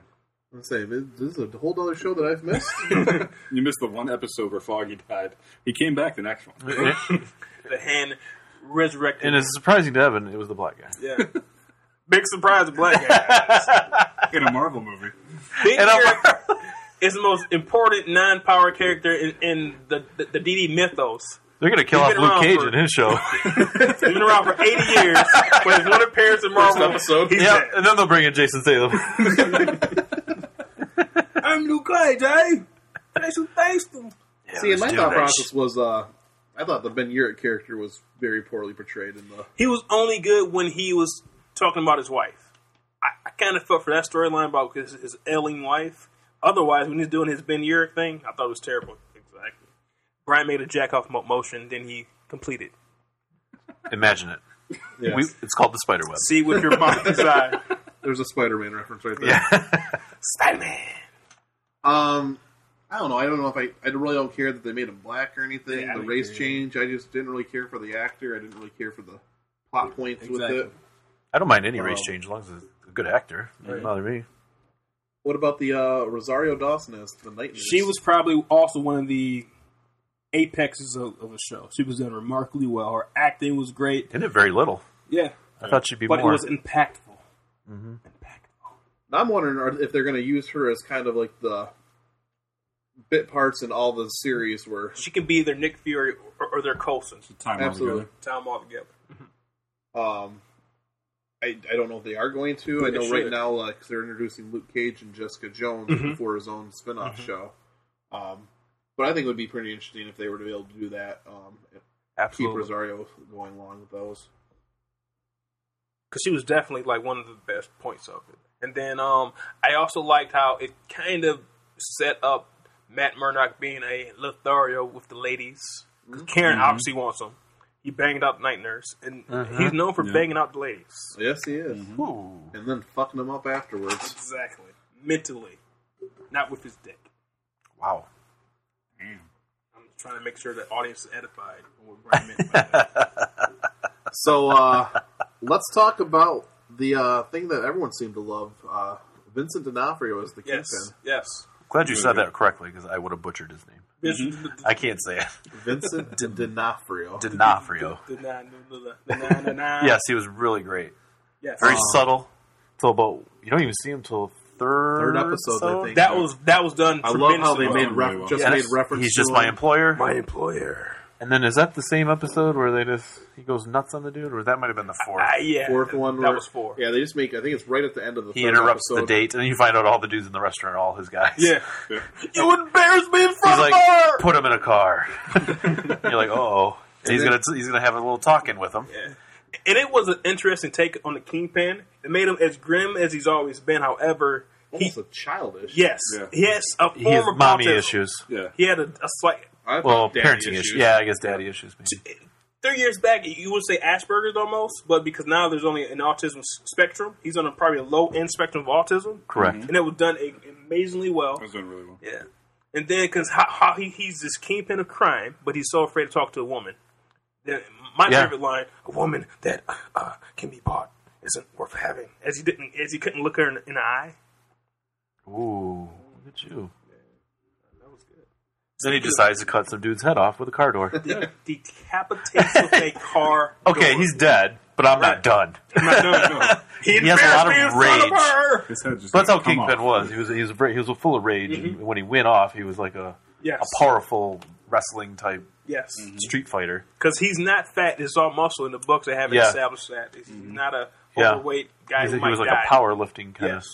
[SPEAKER 7] I'm saying this- this is a whole other show that I've missed.
[SPEAKER 6] You missed the one episode where Foggy died. He came back the next one.
[SPEAKER 9] the hand resurrected.
[SPEAKER 8] And it's surprising to Evan, it was the black guy.
[SPEAKER 9] yeah. Big surprise, black guy.
[SPEAKER 6] In a Marvel movie.
[SPEAKER 9] Big
[SPEAKER 8] And I'm-
[SPEAKER 9] Eric is the most important non-power character in, in the, the the DD mythos.
[SPEAKER 8] They're gonna kill
[SPEAKER 9] He's
[SPEAKER 8] off
[SPEAKER 9] been
[SPEAKER 8] Luke
[SPEAKER 9] around
[SPEAKER 8] Cage
[SPEAKER 9] for-
[SPEAKER 8] in his show.
[SPEAKER 9] He's been around for 80 years, but his one appearance in Marvel episode. He's
[SPEAKER 8] yeah,
[SPEAKER 9] dead.
[SPEAKER 8] and then they'll bring in Jason Statham.
[SPEAKER 9] I'm Luke Cage, eh? Thanks who thanks to.
[SPEAKER 7] See, and my
[SPEAKER 8] let's do
[SPEAKER 7] thought
[SPEAKER 8] this.
[SPEAKER 7] process was, uh, I thought the Ben Urich character was very poorly portrayed in the.
[SPEAKER 9] He was only good when he was talking about his wife. I, I kind of felt for that storyline about his, his ailing wife. Otherwise, when he's doing his Ben Urich thing, I thought it was terrible. Exactly. Brian made a jack off mo- motion, then he completed.
[SPEAKER 8] Imagine it.
[SPEAKER 7] Yes.
[SPEAKER 8] We, it's called the spider web.
[SPEAKER 9] See with your mind's eye.
[SPEAKER 7] There's a Spider-Man reference right there.
[SPEAKER 9] Spider Man.
[SPEAKER 7] Um, I don't know. I don't know if I. I really don't care that they made him black or anything.
[SPEAKER 6] Yeah, I
[SPEAKER 7] the
[SPEAKER 6] don't
[SPEAKER 7] race
[SPEAKER 6] care.
[SPEAKER 7] change. I just didn't really care for the actor. I didn't really care for the plot points
[SPEAKER 6] Exactly.
[SPEAKER 7] with it.
[SPEAKER 8] I don't mind any race
[SPEAKER 7] Um,
[SPEAKER 8] change as long as it's a good actor. It doesn't bother me.
[SPEAKER 7] What about the uh, Rosario Dawson as the night? Nurse?
[SPEAKER 9] She was probably also one of the apexes of, of the show. She was done remarkably well. Her acting was great.
[SPEAKER 8] In it very little.
[SPEAKER 9] Yeah.
[SPEAKER 8] I thought she'd be
[SPEAKER 9] But it
[SPEAKER 8] more. Mm-hmm.
[SPEAKER 9] was impactful. Impactful.
[SPEAKER 7] Now I'm wondering are- if they're going to use her as kind of like the bit parts in all the series were.
[SPEAKER 9] She can be their Nick Fury or, or their Coulson.
[SPEAKER 6] Time
[SPEAKER 7] Absolutely.
[SPEAKER 6] altogether.
[SPEAKER 9] Time all together.
[SPEAKER 7] Um, I, I don't know if they are going to. I
[SPEAKER 9] They
[SPEAKER 7] know right
[SPEAKER 9] should. Mm-hmm.
[SPEAKER 7] now, like they're introducing Luke Cage and Jessica Jones for his own spin-off show. Um, but I think it would be pretty interesting if they were to be able to do that. Um, keep
[SPEAKER 9] Absolutely.
[SPEAKER 7] Rosario going along with those.
[SPEAKER 9] because she was definitely like one of the best points of it. And then um, I also liked how it kind of set up Matt Murdock being a Lothario with the ladies.
[SPEAKER 8] Mm-hmm.
[SPEAKER 9] 'Cause Karen obviously wants him. He banged out Night Nurse, and
[SPEAKER 8] Uh-huh.
[SPEAKER 9] he's known for
[SPEAKER 6] Yeah.
[SPEAKER 9] banging out the ladies.
[SPEAKER 7] Yes, he is,
[SPEAKER 8] Mm-hmm. Ooh.
[SPEAKER 7] and then fucking them up afterwards.
[SPEAKER 9] Exactly, mentally, not with his dick.
[SPEAKER 8] Wow.
[SPEAKER 9] I'm just trying to make sure the audience is edified. on what Brian meant by that.
[SPEAKER 7] So uh, let's talk about the uh, thing that everyone seemed to love. Uh, Vincent D'Onofrio as the kingpin.
[SPEAKER 9] yes, yes.
[SPEAKER 8] Glad you said that correctly because I would have butchered his name.
[SPEAKER 9] This-
[SPEAKER 8] I can't say it.
[SPEAKER 7] Vincent D- D'Onofrio.
[SPEAKER 8] D'Onofrio.
[SPEAKER 9] the- the- the- the- the- the- the-
[SPEAKER 8] Yes, he was really great.
[SPEAKER 9] yes.
[SPEAKER 8] Very subtle. Till about you don't even see him till third,
[SPEAKER 7] Third episode, I think.
[SPEAKER 9] That was that was done.
[SPEAKER 7] I love how they
[SPEAKER 9] tremendously well.
[SPEAKER 7] made
[SPEAKER 6] Really
[SPEAKER 7] re-
[SPEAKER 6] well.
[SPEAKER 7] just
[SPEAKER 8] Yes.
[SPEAKER 7] made reference.
[SPEAKER 8] He's
[SPEAKER 7] to
[SPEAKER 8] just my
[SPEAKER 7] him.
[SPEAKER 8] employer.
[SPEAKER 9] employer.
[SPEAKER 8] And then is that the same episode where they just he goes nuts on the dude, or that might have been the fourth?
[SPEAKER 9] Ah, yeah,
[SPEAKER 7] Fourth one.
[SPEAKER 9] that
[SPEAKER 7] where-
[SPEAKER 9] was four.
[SPEAKER 7] Yeah, they just make. I think it's right at the end of the.
[SPEAKER 8] he
[SPEAKER 7] third
[SPEAKER 8] interrupts
[SPEAKER 7] episode.
[SPEAKER 8] the date, and then you find out all the dudes in the restaurant are all his guys.
[SPEAKER 9] Yeah.
[SPEAKER 8] you embarrass me in front of her. Put him in a car. You're like, oh, he's
[SPEAKER 7] then-
[SPEAKER 8] gonna he's gonna have a little talking with him.
[SPEAKER 9] and it was an interesting take on the kingpin. It made him as grim as he's always been. However, he,
[SPEAKER 7] Almost a childish.
[SPEAKER 9] yes,
[SPEAKER 6] Yeah.
[SPEAKER 9] he has a
[SPEAKER 8] He has
[SPEAKER 9] form of
[SPEAKER 8] mommy
[SPEAKER 9] autism.
[SPEAKER 8] issues.
[SPEAKER 6] Yeah.
[SPEAKER 9] He had a, a slight.
[SPEAKER 7] I thought
[SPEAKER 8] Well,
[SPEAKER 7] daddy
[SPEAKER 8] parenting issues. Yeah, I guess daddy issues. Maybe.
[SPEAKER 9] Three years back, you would say Asperger's almost, but because now there's only an autism s- spectrum, he's on a probably a low end spectrum of autism,
[SPEAKER 8] Correct.
[SPEAKER 9] and it was done a, amazingly well.
[SPEAKER 6] That was doing really well.
[SPEAKER 9] Yeah. And then, because how, how he, he's this kingpin of crime, but he's so afraid to talk to a woman. Then my
[SPEAKER 8] Yeah.
[SPEAKER 9] favorite line: "A woman that uh, can be bought isn't worth having." As he didn't, as he couldn't look her in, in the eye.
[SPEAKER 8] Ooh, look at you. Then he decides to cut some dude's head off with a car door.
[SPEAKER 9] Decapitates with a car.
[SPEAKER 8] Okay, he's dead, but I'm not done.
[SPEAKER 9] he,
[SPEAKER 8] has a
[SPEAKER 9] embarrassed
[SPEAKER 8] lot of
[SPEAKER 9] me in front
[SPEAKER 8] rage.
[SPEAKER 9] her!
[SPEAKER 6] His head just
[SPEAKER 8] But that's how
[SPEAKER 6] didn't come
[SPEAKER 8] Kingpin
[SPEAKER 6] off.
[SPEAKER 8] was. He was he was very, he was full of rage, and when he went off, he was like a
[SPEAKER 9] Mm-hmm. Yes, Mm-hmm.
[SPEAKER 8] a powerful wrestling type
[SPEAKER 9] yes,
[SPEAKER 8] street fighter.
[SPEAKER 9] because he's not fat; it's all muscle. In the books, they haven't
[SPEAKER 8] Yeah. Mm-hmm.
[SPEAKER 9] established that he's not a
[SPEAKER 8] Yeah.
[SPEAKER 9] overweight guy.
[SPEAKER 8] He's-
[SPEAKER 9] who
[SPEAKER 8] he
[SPEAKER 9] might
[SPEAKER 8] was like
[SPEAKER 9] die.
[SPEAKER 8] a powerlifting kind
[SPEAKER 9] Yes.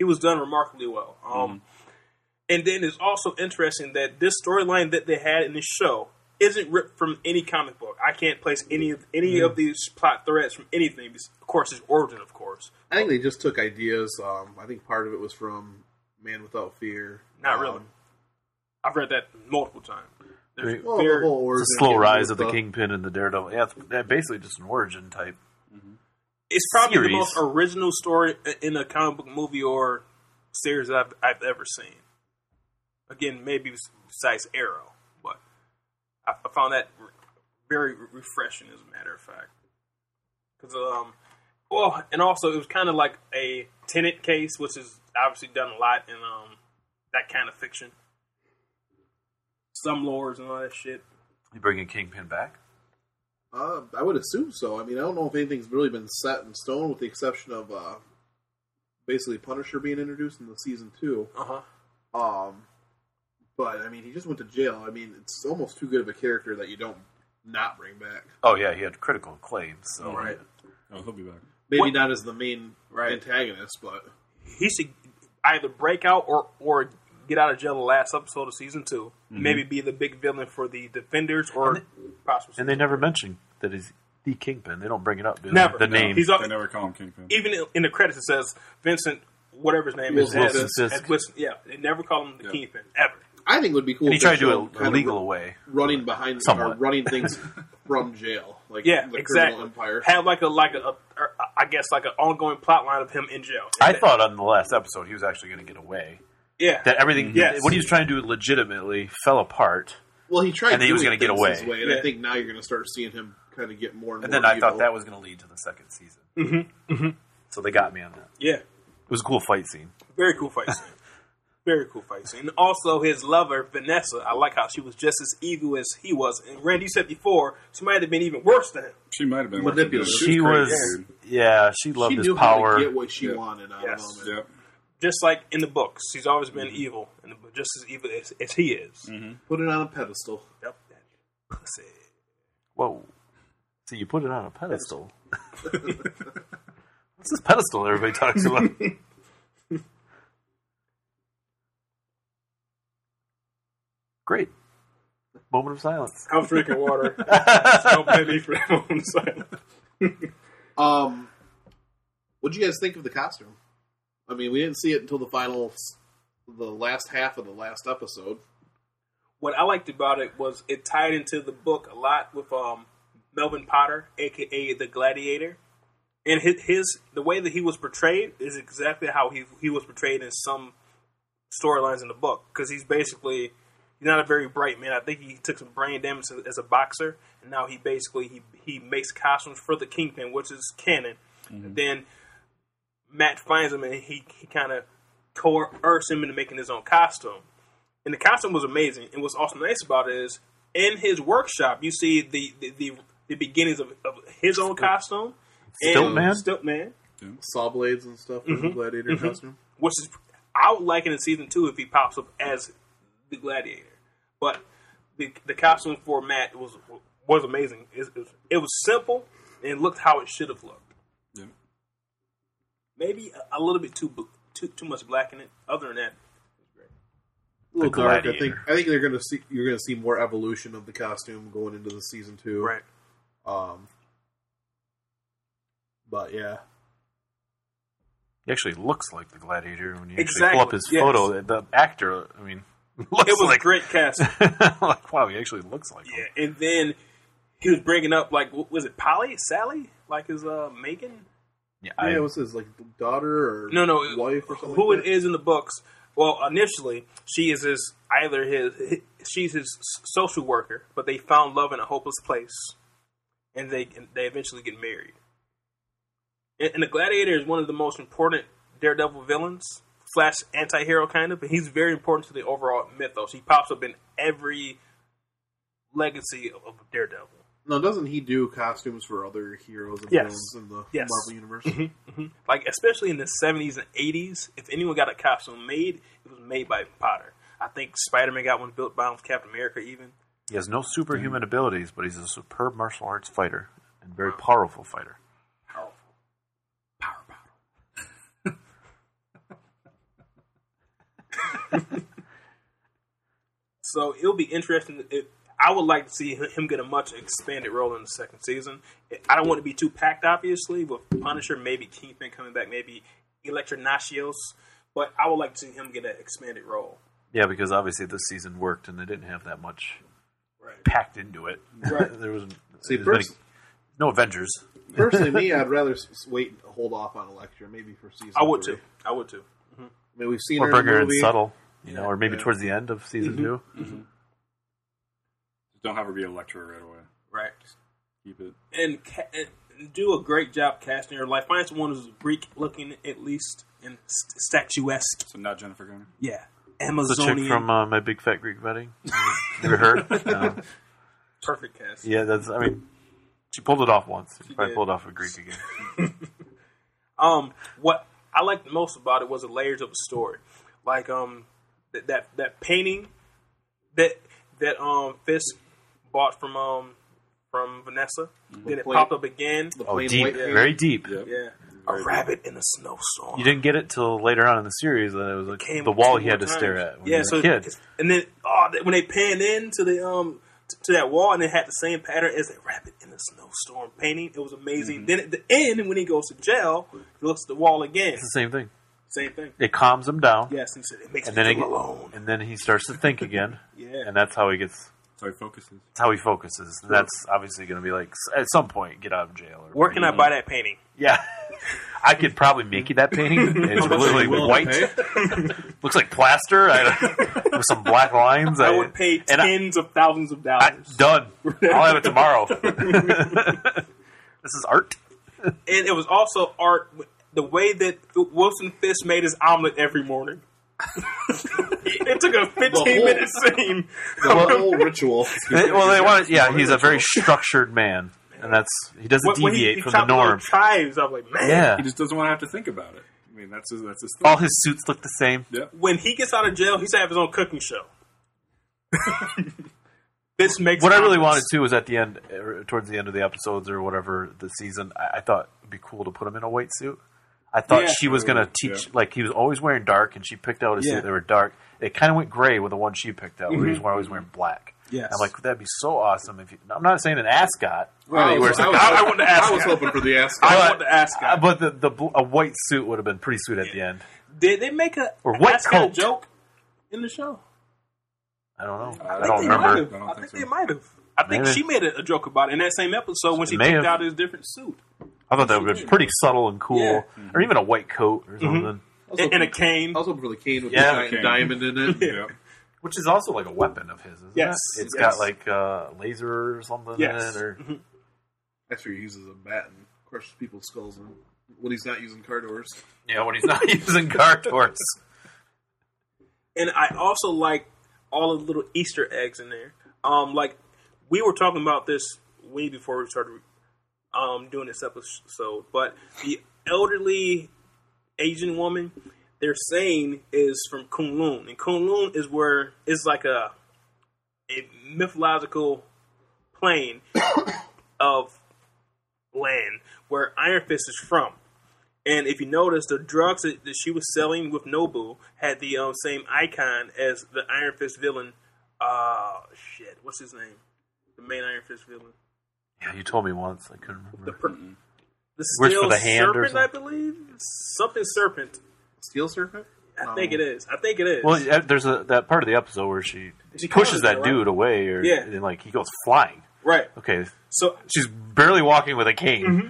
[SPEAKER 9] It was done remarkably well. Um, And then it's also interesting that this storyline that they had in this show isn't ripped from any comic book. I can't place any of any of these plot threads from anything. because, Of course, it's origin, of course.
[SPEAKER 7] I think they just took ideas. Um, I think part of it was from Man Without Fear.
[SPEAKER 9] Not
[SPEAKER 7] Um,
[SPEAKER 9] really. I've read that multiple times.
[SPEAKER 8] of. I mean,
[SPEAKER 7] Well,
[SPEAKER 9] Fear-
[SPEAKER 7] the whole
[SPEAKER 8] It's
[SPEAKER 7] origin
[SPEAKER 8] a slow
[SPEAKER 7] and
[SPEAKER 8] rise of the
[SPEAKER 7] stuff.
[SPEAKER 8] Kingpin and the Daredevil. Yeah, it's yeah, basically just an origin type.
[SPEAKER 9] It's probably
[SPEAKER 8] Series.
[SPEAKER 9] the most original story i- in a comic book movie or series that I've, I've ever seen. Again, maybe bes- besides Arrow, but I, I found that re- very re- refreshing, as a matter of fact. Because, um, well, and also it was kind of like a tenant case, which is obviously done a lot in um that kind of fiction, some lords and all that shit.
[SPEAKER 8] You bringing Kingpin back?
[SPEAKER 7] Uh, I would assume so. I mean, I don't know if anything's really been set in stone, with the exception of uh, basically Punisher being introduced in the season two.
[SPEAKER 9] Uh
[SPEAKER 8] Uh-huh.
[SPEAKER 9] huh.
[SPEAKER 7] Um, but I mean, he just went to jail. I mean, it's almost too good of a character that you don't not bring back.
[SPEAKER 8] Oh yeah, he had critical acclaim. So
[SPEAKER 6] Oh, he'll be back.
[SPEAKER 7] Maybe
[SPEAKER 9] What-
[SPEAKER 7] not as the main
[SPEAKER 9] Right.
[SPEAKER 7] antagonist, but
[SPEAKER 9] he should either break out or or get out of jail the last episode of season 2
[SPEAKER 8] Mm-hmm.
[SPEAKER 9] Maybe be the big villain for the defenders or possibly
[SPEAKER 8] and they never mention that he's the Kingpin. They don't bring it up. Do they?
[SPEAKER 9] never
[SPEAKER 8] the name.
[SPEAKER 9] He's
[SPEAKER 6] They
[SPEAKER 9] up,
[SPEAKER 6] never call him Kingpin.
[SPEAKER 9] even in the credits. It says Vincent, whatever his name is,
[SPEAKER 8] Wilson
[SPEAKER 9] as-
[SPEAKER 8] Fisk.
[SPEAKER 9] as Wilson- yeah, they never call him the
[SPEAKER 6] Yeah.
[SPEAKER 9] kingpin ever.
[SPEAKER 7] I think it would be cool.
[SPEAKER 8] and he
[SPEAKER 7] if
[SPEAKER 8] tried
[SPEAKER 7] they
[SPEAKER 8] to do
[SPEAKER 7] showed
[SPEAKER 8] it
[SPEAKER 7] kind
[SPEAKER 8] a
[SPEAKER 7] of
[SPEAKER 8] legal
[SPEAKER 7] ru-
[SPEAKER 8] way.
[SPEAKER 7] running behind or
[SPEAKER 8] Somewhat.
[SPEAKER 7] running things from jail, like
[SPEAKER 9] Yeah,
[SPEAKER 7] the
[SPEAKER 9] exactly.
[SPEAKER 7] criminal empire.
[SPEAKER 9] Have like a like a, a or I guess like an ongoing plot line of him in jail.
[SPEAKER 8] I thought on the last episode he was actually going to get away.
[SPEAKER 9] yeah,
[SPEAKER 8] That everything,
[SPEAKER 9] Yes.
[SPEAKER 8] what he was trying to do legitimately fell apart.
[SPEAKER 7] Well, he tried,
[SPEAKER 8] And he was
[SPEAKER 7] doing
[SPEAKER 8] gonna get
[SPEAKER 7] things his
[SPEAKER 8] away.
[SPEAKER 7] way, and
[SPEAKER 9] Yeah.
[SPEAKER 7] I think now you're going to start seeing him kind of get more and,
[SPEAKER 8] And
[SPEAKER 7] more.
[SPEAKER 8] then I
[SPEAKER 7] evil.
[SPEAKER 8] thought that was going to lead to the second season. Mm-hmm. So they got me on that.
[SPEAKER 9] yeah.
[SPEAKER 8] It was a cool fight scene.
[SPEAKER 9] Very cool fight scene. Very cool fight scene. And also his lover, Vanessa, I like how she was just as evil as he was. And Randy you said before, she might have been even worse than him.
[SPEAKER 6] She might have been working
[SPEAKER 7] Manipulative.
[SPEAKER 6] good.
[SPEAKER 7] She
[SPEAKER 8] She was,
[SPEAKER 6] dude.
[SPEAKER 8] yeah, she loved
[SPEAKER 7] she
[SPEAKER 8] his
[SPEAKER 7] knew how
[SPEAKER 8] power.
[SPEAKER 7] to get what she
[SPEAKER 6] Yeah.
[SPEAKER 7] wanted out
[SPEAKER 9] Yes.
[SPEAKER 7] of him.
[SPEAKER 6] Yep.
[SPEAKER 9] Just like in the books. She's always been evil and just as evil as, as he is.
[SPEAKER 7] Put it on a pedestal.
[SPEAKER 9] Yep. Pussy.
[SPEAKER 8] Whoa. So you put it on a pedestal. What's this pedestal everybody talks about? Great. Moment of silence.
[SPEAKER 9] I was drinking water. Don't pay me for that moment.
[SPEAKER 7] Um, what do you guys think of the costume? I mean, we didn't see it until the final, s- the last half of the last episode.
[SPEAKER 9] What I liked about it was it tied into the book a lot with um, Melvin Potter, aka the Gladiator. and his, his the way that he was portrayed is exactly how he he was portrayed in some storylines in the book because he's basically he's not a very bright man. I think he took some brain damage as, as a boxer, and now he basically he he makes costumes for the Kingpin, which is canon. And then Matt finds him, and he he kind of coerces him into making his own costume. And the costume was amazing. And what's also nice about it is in his workshop, you see the the, the, the beginnings of, of his own costume.
[SPEAKER 8] Stilt
[SPEAKER 9] And
[SPEAKER 8] Man?
[SPEAKER 9] Stilt Man,
[SPEAKER 7] Saw blades and stuff with the
[SPEAKER 9] Mm-hmm.
[SPEAKER 7] gladiator costume.
[SPEAKER 9] which is I would like it in season two if he pops up as the gladiator. But the the costume for Matt was was amazing. It, it, was- it was simple and looked how it should have looked.
[SPEAKER 6] Yeah.
[SPEAKER 9] Maybe a, a little bit too bl- too too much black in it. Other than that,
[SPEAKER 7] A little
[SPEAKER 8] The
[SPEAKER 7] dark. I
[SPEAKER 8] Gladiator.
[SPEAKER 7] think I think they're gonna see you're gonna see more evolution of the costume going into the season two. Um. But yeah,
[SPEAKER 8] He actually looks like the gladiator when you actually
[SPEAKER 9] Exactly,
[SPEAKER 8] pull up his
[SPEAKER 9] yes.
[SPEAKER 8] photo. The actor, I mean, looks
[SPEAKER 9] It was
[SPEAKER 8] like
[SPEAKER 9] a great cast.
[SPEAKER 8] like wow, he actually looks like him.
[SPEAKER 9] yeah, and then he was bringing up like wh- was it Polly Sally like his uh Megan?
[SPEAKER 8] Yeah,
[SPEAKER 7] yeah.
[SPEAKER 8] I,
[SPEAKER 7] what's his like daughter or
[SPEAKER 9] No, no,
[SPEAKER 7] wife or something?
[SPEAKER 9] Who
[SPEAKER 7] like
[SPEAKER 9] it
[SPEAKER 7] that?
[SPEAKER 9] is in the books? Well, initially she is his either his, she's his s- social worker, but they found love in a hopeless place, and they they eventually get married. And, and the Gladiator is one of the most important Daredevil villains, Flash anti-hero kind of, but he's very important to the overall mythos. He pops up in every legacy of- of Daredevil.
[SPEAKER 7] No, doesn't he do costumes for other heroes and
[SPEAKER 9] Yes.
[SPEAKER 7] villains in the
[SPEAKER 9] Yes. Mm-hmm.
[SPEAKER 7] Marvel universe?
[SPEAKER 9] Like especially in the seventies and eighties, if anyone got a costume made, it was made by Potter. I think Spider Man got one built by him, Captain America even.
[SPEAKER 8] he has no superhuman
[SPEAKER 9] Mm.
[SPEAKER 8] abilities, but he's a superb martial arts fighter and very powerful fighter.
[SPEAKER 9] Powerful. Power power. so it'll be interesting if I would like to see hi- him get a much expanded role in the second season. I don't want to be too packed, obviously, with Punisher, maybe Kingpin coming back, maybe Electronacios, but I would like to see him get an expanded role.
[SPEAKER 8] Yeah, because obviously this season worked, and they didn't have that much
[SPEAKER 9] Right.
[SPEAKER 8] packed into it.
[SPEAKER 9] Right.
[SPEAKER 8] there was
[SPEAKER 7] See,
[SPEAKER 8] there's many-
[SPEAKER 7] first-
[SPEAKER 8] no Avengers.
[SPEAKER 7] Personally, me, I'd rather s- s- wait and hold off on a lecture, maybe for season.
[SPEAKER 9] I would
[SPEAKER 7] three.
[SPEAKER 9] too. I would too.
[SPEAKER 7] I mean, we've seen
[SPEAKER 8] or
[SPEAKER 7] her in the
[SPEAKER 8] Burger and
[SPEAKER 7] movie.
[SPEAKER 8] Subtle, you know, or maybe
[SPEAKER 7] yeah.
[SPEAKER 8] towards the end of season
[SPEAKER 9] Mm-hmm.
[SPEAKER 8] two.
[SPEAKER 6] Just don't have her be a lecturer right away.
[SPEAKER 9] Right.
[SPEAKER 6] Keep it.
[SPEAKER 9] And, ca- and do a great job casting her. Like find someone who's Greek looking at least and st- statuesque.
[SPEAKER 6] So not Jennifer Garner.
[SPEAKER 9] Yeah.
[SPEAKER 8] The chick
[SPEAKER 9] Amazonian.
[SPEAKER 8] from uh, My Big Fat Greek Wedding. Remember her? Um,
[SPEAKER 9] Perfect cast.
[SPEAKER 8] yeah, that's. I mean, she pulled it off once. She probably
[SPEAKER 9] did.
[SPEAKER 8] pulled off a Greek again.
[SPEAKER 9] Um, what I liked most about it was the layers of the story. Like um, that that, that painting that that um Fisk bought from um from Vanessa. Then it
[SPEAKER 7] Play-
[SPEAKER 9] popped up again.
[SPEAKER 7] The
[SPEAKER 8] Oh,
[SPEAKER 7] plain
[SPEAKER 8] deep,
[SPEAKER 7] white-
[SPEAKER 8] very deep.
[SPEAKER 9] Yeah, a rabbit in a snowstorm.
[SPEAKER 8] You didn't get it till later on in the series that it was like
[SPEAKER 9] came
[SPEAKER 8] the wall
[SPEAKER 9] two
[SPEAKER 8] he had to
[SPEAKER 9] more
[SPEAKER 8] stare
[SPEAKER 9] times.
[SPEAKER 8] at when
[SPEAKER 9] yeah,
[SPEAKER 8] he was
[SPEAKER 9] so
[SPEAKER 8] a kid.
[SPEAKER 9] and then oh, th- when they panned in to the um t- to that wall and it had the same pattern as a rabbit in a snowstorm painting. It was amazing.
[SPEAKER 8] Mm-hmm.
[SPEAKER 9] Then at the end, when he goes to jail, he looks at the wall again.
[SPEAKER 8] It's the same thing.
[SPEAKER 9] Same thing.
[SPEAKER 8] It calms him down,
[SPEAKER 9] Yes, he said it makes
[SPEAKER 8] and
[SPEAKER 9] me
[SPEAKER 8] then it,
[SPEAKER 9] feel alone.
[SPEAKER 8] and then he starts to think again,
[SPEAKER 9] Yeah.
[SPEAKER 8] and that's how he gets.
[SPEAKER 6] So he focuses.
[SPEAKER 8] That's how he focuses. And that's obviously going to be like s- at some point get out of jail. Or
[SPEAKER 9] Where can I buy that painting?
[SPEAKER 8] Yeah. I could probably make you that painting. It's literally
[SPEAKER 7] Willing to
[SPEAKER 8] white.
[SPEAKER 7] pay?
[SPEAKER 8] Looks like plaster I don't, with some black lines.
[SPEAKER 9] I would pay
[SPEAKER 8] and I-
[SPEAKER 9] tens of thousands of
[SPEAKER 8] I,
[SPEAKER 9] dollars.
[SPEAKER 8] done. I'll have it tomorrow. this is art.
[SPEAKER 9] and it was also art. The way that Wilson Fisk made his omelet every morning. it took a 15
[SPEAKER 7] whole-
[SPEAKER 9] minute scene.
[SPEAKER 7] The whole ritual.
[SPEAKER 8] well, they want. Yeah, he's a very structured man, and that's he doesn't
[SPEAKER 9] When- when he-
[SPEAKER 8] deviate
[SPEAKER 9] he
[SPEAKER 8] from the
[SPEAKER 9] chopped little
[SPEAKER 8] norm.
[SPEAKER 9] Chives. I'm like, man.
[SPEAKER 8] Yeah,
[SPEAKER 6] He just doesn't want to have to think about it. I mean, that's his. That's his. Thing.
[SPEAKER 8] all his suits look the same.
[SPEAKER 6] Yeah.
[SPEAKER 9] When he gets out of jail, he's gonna have his own cooking show. this makes
[SPEAKER 8] What I really wanted
[SPEAKER 9] omelets.
[SPEAKER 8] to was at the end, er, towards the end of the episodes or whatever the season, I, I thought it'd be cool to put him in a white suit. I thought
[SPEAKER 9] Yeah.
[SPEAKER 8] she was gonna teach
[SPEAKER 6] Yeah.
[SPEAKER 8] like he was always wearing dark, and she picked out a
[SPEAKER 9] Yeah.
[SPEAKER 8] suit that were dark. It kind of went gray with the one she picked out, where he was always wearing black.
[SPEAKER 9] Yes.
[SPEAKER 8] I'm like that'd be so awesome if you. I'm not saying an ascot.
[SPEAKER 7] I was, I was,
[SPEAKER 9] I- I wanted to ask
[SPEAKER 7] I was
[SPEAKER 9] that.
[SPEAKER 7] hoping for the ask.
[SPEAKER 9] I
[SPEAKER 8] but-
[SPEAKER 9] wanted to ask.
[SPEAKER 8] Uh,
[SPEAKER 9] him,
[SPEAKER 8] but the, the bl- a white suit would have been pretty sweet at the end.
[SPEAKER 9] did they make a
[SPEAKER 8] Or what
[SPEAKER 9] ask him
[SPEAKER 8] coat?
[SPEAKER 9] joke in the show?
[SPEAKER 8] I don't know.
[SPEAKER 6] I
[SPEAKER 8] I,
[SPEAKER 6] think
[SPEAKER 8] don't
[SPEAKER 9] they
[SPEAKER 8] remember.
[SPEAKER 9] Might have.
[SPEAKER 6] I don't
[SPEAKER 9] I,
[SPEAKER 6] think
[SPEAKER 9] think
[SPEAKER 6] so.
[SPEAKER 9] they might have. I think
[SPEAKER 8] Maybe.
[SPEAKER 9] she made a, a joke about it in that same episode when she
[SPEAKER 8] May
[SPEAKER 9] picked
[SPEAKER 8] have.
[SPEAKER 9] out his different suit
[SPEAKER 8] I thought that would be pretty subtle and cool,
[SPEAKER 9] Yeah.
[SPEAKER 8] or even a white coat or something,
[SPEAKER 9] and, and a cane.
[SPEAKER 7] I was hoping for the cane with
[SPEAKER 8] Yeah,
[SPEAKER 7] the giant
[SPEAKER 6] cane.
[SPEAKER 7] diamond in it.
[SPEAKER 6] Yeah.
[SPEAKER 8] which is also like a weapon of his. Isn't
[SPEAKER 9] Yes.
[SPEAKER 8] it? has
[SPEAKER 9] Yes.
[SPEAKER 8] got like uh, laser or something
[SPEAKER 9] Yes. Mm-hmm.
[SPEAKER 8] in it, or
[SPEAKER 7] Actually, he uses a bat and crushes people's skulls and when he's not using car doors.
[SPEAKER 8] yeah, when he's not using car doors.
[SPEAKER 9] and I also like all the little Easter eggs in there. Um, like we were talking about this way before we started um doing this episode, but the elderly Asian woman they're saying is from Kunlun, and Kunlun is where is like a a mythological plane of land where Iron Fist is from. And if you notice, the drugs that, that she was selling with Nobu had the um, same icon as the Iron Fist villain. Uh, shit, what's his name? The main Iron Fist villain.
[SPEAKER 8] Yeah, you told me once. I couldn't remember.
[SPEAKER 9] The, per- the
[SPEAKER 8] Works for
[SPEAKER 9] steel
[SPEAKER 8] the hand or
[SPEAKER 9] serpent, I believe. Something serpent.
[SPEAKER 7] Steel Serpent?
[SPEAKER 9] I
[SPEAKER 7] No.
[SPEAKER 9] think it is. I think it is.
[SPEAKER 8] Well, yeah, there's a, that part of the episode where she,
[SPEAKER 9] She covers
[SPEAKER 8] pushes that
[SPEAKER 9] it, right?
[SPEAKER 8] dude away, or
[SPEAKER 9] Yeah.
[SPEAKER 8] and like he goes flying.
[SPEAKER 9] right.
[SPEAKER 8] Okay,
[SPEAKER 9] So,
[SPEAKER 8] she's barely walking with a cane.
[SPEAKER 9] Mm-hmm.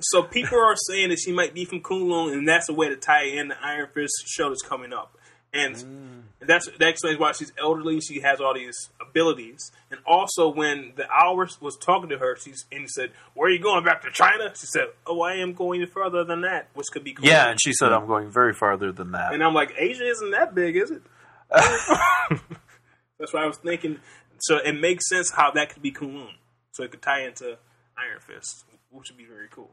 [SPEAKER 9] so people are saying that she might be from Kunlun, and that's a way to tie in the Iron Fist show that's coming up, and
[SPEAKER 8] Mm.
[SPEAKER 9] that's that explains why she's elderly. She has all these abilities, and also when the hours was talking to her, she's and she said, "Where are you going back to China?" She said, "Oh, I am going further than that, which could be Kunlun.
[SPEAKER 8] Yeah, and she said, "I'm going very farther than that."
[SPEAKER 9] And I'm like, Asia isn't that big, is it? That's what I was thinking. So it makes sense how that could be Kunlun. So it could tie into Iron Fist, which would be very cool.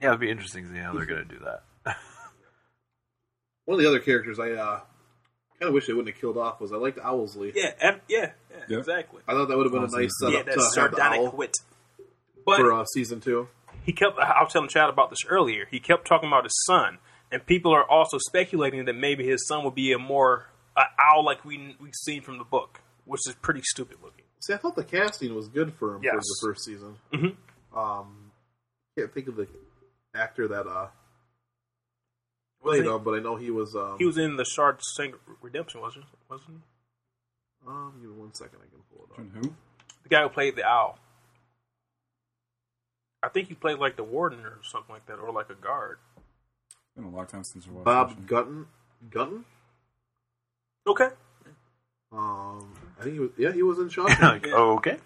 [SPEAKER 8] yeah, it'd be interesting to see how they're going to do that.
[SPEAKER 7] One of the other characters I uh, kind of wish they wouldn't have killed off was I liked Owlsley.
[SPEAKER 9] Yeah, ev- yeah, yeah,
[SPEAKER 6] Yeah.
[SPEAKER 9] exactly.
[SPEAKER 7] I thought that would have been a
[SPEAKER 6] Awesome.
[SPEAKER 7] nice
[SPEAKER 9] Yeah,
[SPEAKER 7] setup
[SPEAKER 9] that
[SPEAKER 7] to have the
[SPEAKER 9] sardonic
[SPEAKER 7] Owl
[SPEAKER 9] quit. But
[SPEAKER 7] for uh, season two.
[SPEAKER 9] he kept. I was telling Chad about this earlier. He kept talking about his son, and people are also speculating that maybe his son would be a more a owl like we we seen from the book, which is pretty stupid looking.
[SPEAKER 7] See, I thought the casting was good for him for
[SPEAKER 9] Yes. Mm-hmm.
[SPEAKER 7] the first season. Um, can't think of the actor that uh,
[SPEAKER 9] Was
[SPEAKER 7] played
[SPEAKER 9] he-
[SPEAKER 7] him, but I know he was. Um,
[SPEAKER 9] He was in the Shard Saint Redemption, wasn't he? wasn't he?
[SPEAKER 7] Um, give me one second, I can pull it up.
[SPEAKER 6] Who?
[SPEAKER 9] The guy who played the owl. I think he played like the warden or something like that, or like a guard.
[SPEAKER 6] Been a long time since I watched.
[SPEAKER 7] Bob
[SPEAKER 6] Ocean.
[SPEAKER 7] Gutton. Gutton.
[SPEAKER 9] Okay.
[SPEAKER 7] Um, I think he was. Yeah, he was in Shawshank.
[SPEAKER 8] like, oh, okay,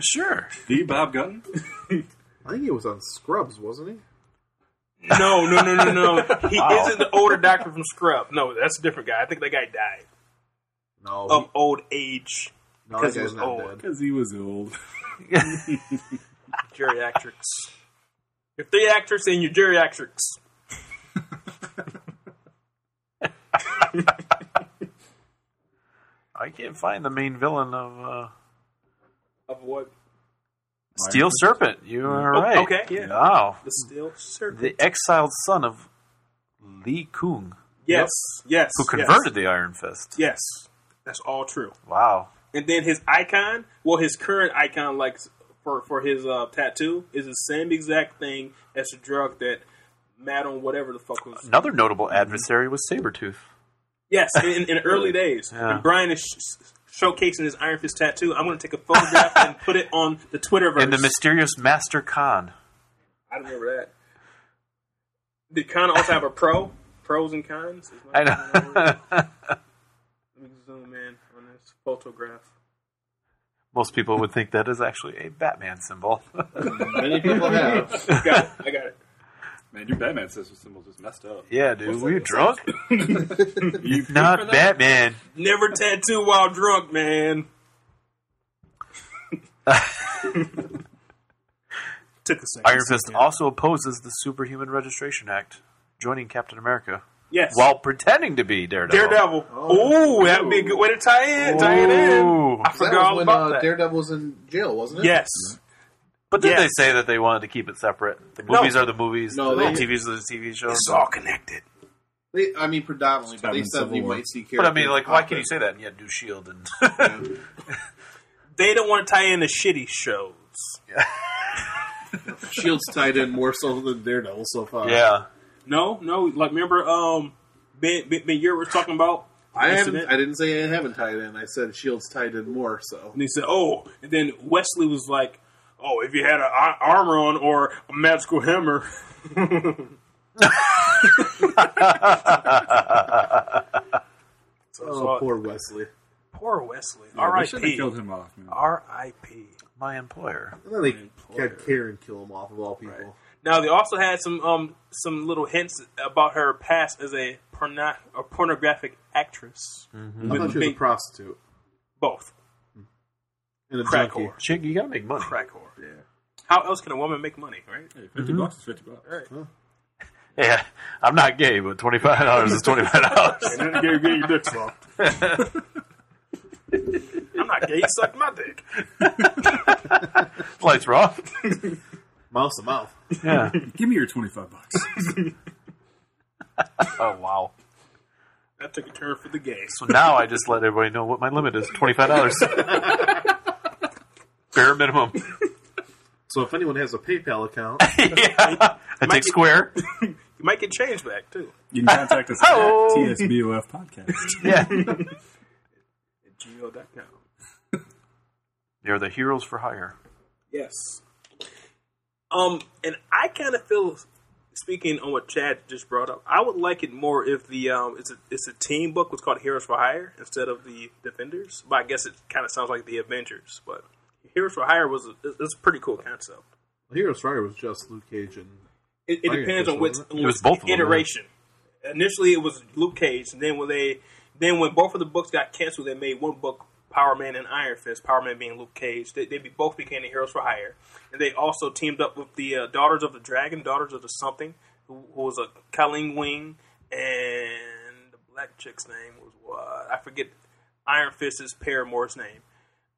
[SPEAKER 8] sure.
[SPEAKER 6] the Bob Gutton.
[SPEAKER 7] I think he was on Scrubs, wasn't he?
[SPEAKER 9] No, no, no, no, no. He isn't the older doctor from Scrub. No, that's a different guy. I think that guy died
[SPEAKER 7] No, he-
[SPEAKER 9] of old age,
[SPEAKER 7] no,
[SPEAKER 9] because
[SPEAKER 7] that guy's
[SPEAKER 9] Oh, he was
[SPEAKER 7] not
[SPEAKER 9] old.
[SPEAKER 7] dead.
[SPEAKER 6] Because he was old.
[SPEAKER 9] geriatrics. You're three actors and you're geriatrics.
[SPEAKER 8] I can't find the main villain of uh,
[SPEAKER 9] Of what?
[SPEAKER 8] Steel Serpent. You are
[SPEAKER 9] Oh,
[SPEAKER 8] right.
[SPEAKER 9] okay, yeah.
[SPEAKER 8] Wow,
[SPEAKER 9] The steel serpent.
[SPEAKER 8] the exiled son of Li Kung,
[SPEAKER 9] yes, yes.
[SPEAKER 8] who
[SPEAKER 9] yes,
[SPEAKER 8] converted the Iron Fist.
[SPEAKER 9] Yes. That's all true.
[SPEAKER 8] Wow.
[SPEAKER 9] And then his icon, well, his current icon, like for for his uh, tattoo, is the same exact thing as the drug that Madam whatever the fuck was.
[SPEAKER 8] Another notable adversary was Sabretooth.
[SPEAKER 9] Yes, in, in early days,
[SPEAKER 8] Yeah.
[SPEAKER 9] when Brian is sh- showcasing his Iron Fist tattoo, I'm going to take a photograph and put it on the Twitterverse.
[SPEAKER 8] And the mysterious Master Khan.
[SPEAKER 9] I don't remember that. Did Khan also have a pro? Pros and cons. Is my-
[SPEAKER 8] I know.
[SPEAKER 9] Let me zoom in on this photograph.
[SPEAKER 8] Most people would think that is actually a Batman symbol.
[SPEAKER 7] Many people have.
[SPEAKER 9] I got it. I got it.
[SPEAKER 6] Man, your Batman system symbol just messed up.
[SPEAKER 8] yeah, dude, were you drunk?
[SPEAKER 6] You
[SPEAKER 8] Not Batman.
[SPEAKER 9] Never tattoo while drunk, man. Took a second.
[SPEAKER 8] Iron Fist also opposes the Superhuman Registration Act, joining Captain America
[SPEAKER 9] Yes.
[SPEAKER 8] while pretending to be Daredevil.
[SPEAKER 9] Daredevil. Ooh, that'd be a good way to tie in. Tie it in.
[SPEAKER 8] Ooh.
[SPEAKER 9] I
[SPEAKER 7] That
[SPEAKER 9] forgot
[SPEAKER 7] was
[SPEAKER 9] all
[SPEAKER 7] when
[SPEAKER 9] about
[SPEAKER 7] uh,
[SPEAKER 9] that.
[SPEAKER 7] Daredevil was in jail, wasn't it?
[SPEAKER 9] yes.
[SPEAKER 8] But did
[SPEAKER 9] Yes.
[SPEAKER 8] they say that they wanted to keep it separate? The
[SPEAKER 9] No.
[SPEAKER 8] movies are the movies,
[SPEAKER 7] No,
[SPEAKER 8] the
[SPEAKER 7] they-
[SPEAKER 8] TVs are the TV shows.
[SPEAKER 9] It's all connected.
[SPEAKER 7] They, I mean, predominantly, but
[SPEAKER 6] Time
[SPEAKER 7] they
[SPEAKER 6] in
[SPEAKER 7] said
[SPEAKER 6] Civil
[SPEAKER 7] you
[SPEAKER 6] War.
[SPEAKER 7] might see characters.
[SPEAKER 8] but I mean, like, why
[SPEAKER 7] pop
[SPEAKER 8] can you
[SPEAKER 7] in.
[SPEAKER 8] say that and yet do Shield E and
[SPEAKER 9] They don't want to tie in the shitty shows.
[SPEAKER 7] Shield's tied in more so than Daredevil so far?
[SPEAKER 8] yeah?
[SPEAKER 9] No, no. Like, remember, um, Ben, ben, ben Ure was talking about.
[SPEAKER 7] I
[SPEAKER 9] the
[SPEAKER 7] haven't.
[SPEAKER 9] incident?
[SPEAKER 7] I didn't say I haven't tied in. I said Shield's tied in more so.
[SPEAKER 9] And he said, "Oh." And then Wesley was like, "Oh, if you had an armor on or a magical hammer."
[SPEAKER 7] Oh, poor Wesley.
[SPEAKER 9] Poor Wesley.
[SPEAKER 6] I should have
[SPEAKER 9] R.I.P.
[SPEAKER 6] killed him off, man.
[SPEAKER 9] R.I.P.
[SPEAKER 8] My employer.
[SPEAKER 7] And then they had Karen kill him off of all people.
[SPEAKER 9] Now they also had some um some little hints about her past as a porno- a pornographic actress.
[SPEAKER 7] I thought she was a
[SPEAKER 9] Big-
[SPEAKER 7] prostitute
[SPEAKER 9] Both
[SPEAKER 7] and a
[SPEAKER 9] crack
[SPEAKER 7] junkie.
[SPEAKER 9] whore,
[SPEAKER 8] Chick, you gotta make money.
[SPEAKER 9] crack whore. Yeah. How else can a woman make money, right?
[SPEAKER 6] Hey, 50 bucks is 50 bucks.
[SPEAKER 9] Right.
[SPEAKER 8] Yeah, I'm not gay, but twenty five dollars is twenty five dollars.
[SPEAKER 9] And then get, get your dick I'm not gay. He sucked my dick.
[SPEAKER 8] Lights were off.
[SPEAKER 7] Mouth to mouth.
[SPEAKER 8] Yeah.
[SPEAKER 6] Give me your twenty-five bucks.
[SPEAKER 8] Oh wow.
[SPEAKER 9] That took a turn for the gays.
[SPEAKER 8] So now I just let everybody know what my limit is: twenty-five dollars, bare minimum.
[SPEAKER 7] So if anyone has a PayPal account,
[SPEAKER 8] yeah, I take Square.
[SPEAKER 9] You might get change back too.
[SPEAKER 6] You can contact us at
[SPEAKER 8] Oh.
[SPEAKER 6] TSBOF Podcast.
[SPEAKER 8] Yeah,
[SPEAKER 9] At gmail.com.
[SPEAKER 8] they're the heroes for hire.
[SPEAKER 9] Yes. Um, and I kind of feel, speaking on what Chad just brought up, I would like it more if the um, it's a it's a team book was called Heroes for Hire instead of the Defenders. But I guess it kind of sounds like the Avengers. But Heroes for Hire was a, it's a pretty cool concept.
[SPEAKER 7] Heroes Fire was just Luke Cage and
[SPEAKER 9] It, it
[SPEAKER 7] Fire
[SPEAKER 9] depends on
[SPEAKER 7] Fist,
[SPEAKER 9] which,
[SPEAKER 7] wasn't
[SPEAKER 9] on
[SPEAKER 8] It was
[SPEAKER 9] which
[SPEAKER 8] both of them, right?
[SPEAKER 9] iteration. Initially, it was Luke Cage, and then when they then when both of the books got canceled, they made one book Power Man and Iron Fist. Power Man being Luke Cage. They, they be, both became the heroes for hire, and they also teamed up with the uh, Daughters of the Dragon, Daughters of the Something, who, who was a Kaling Wing, and the black chick's name was what I forget. Iron Fist's paramour's name.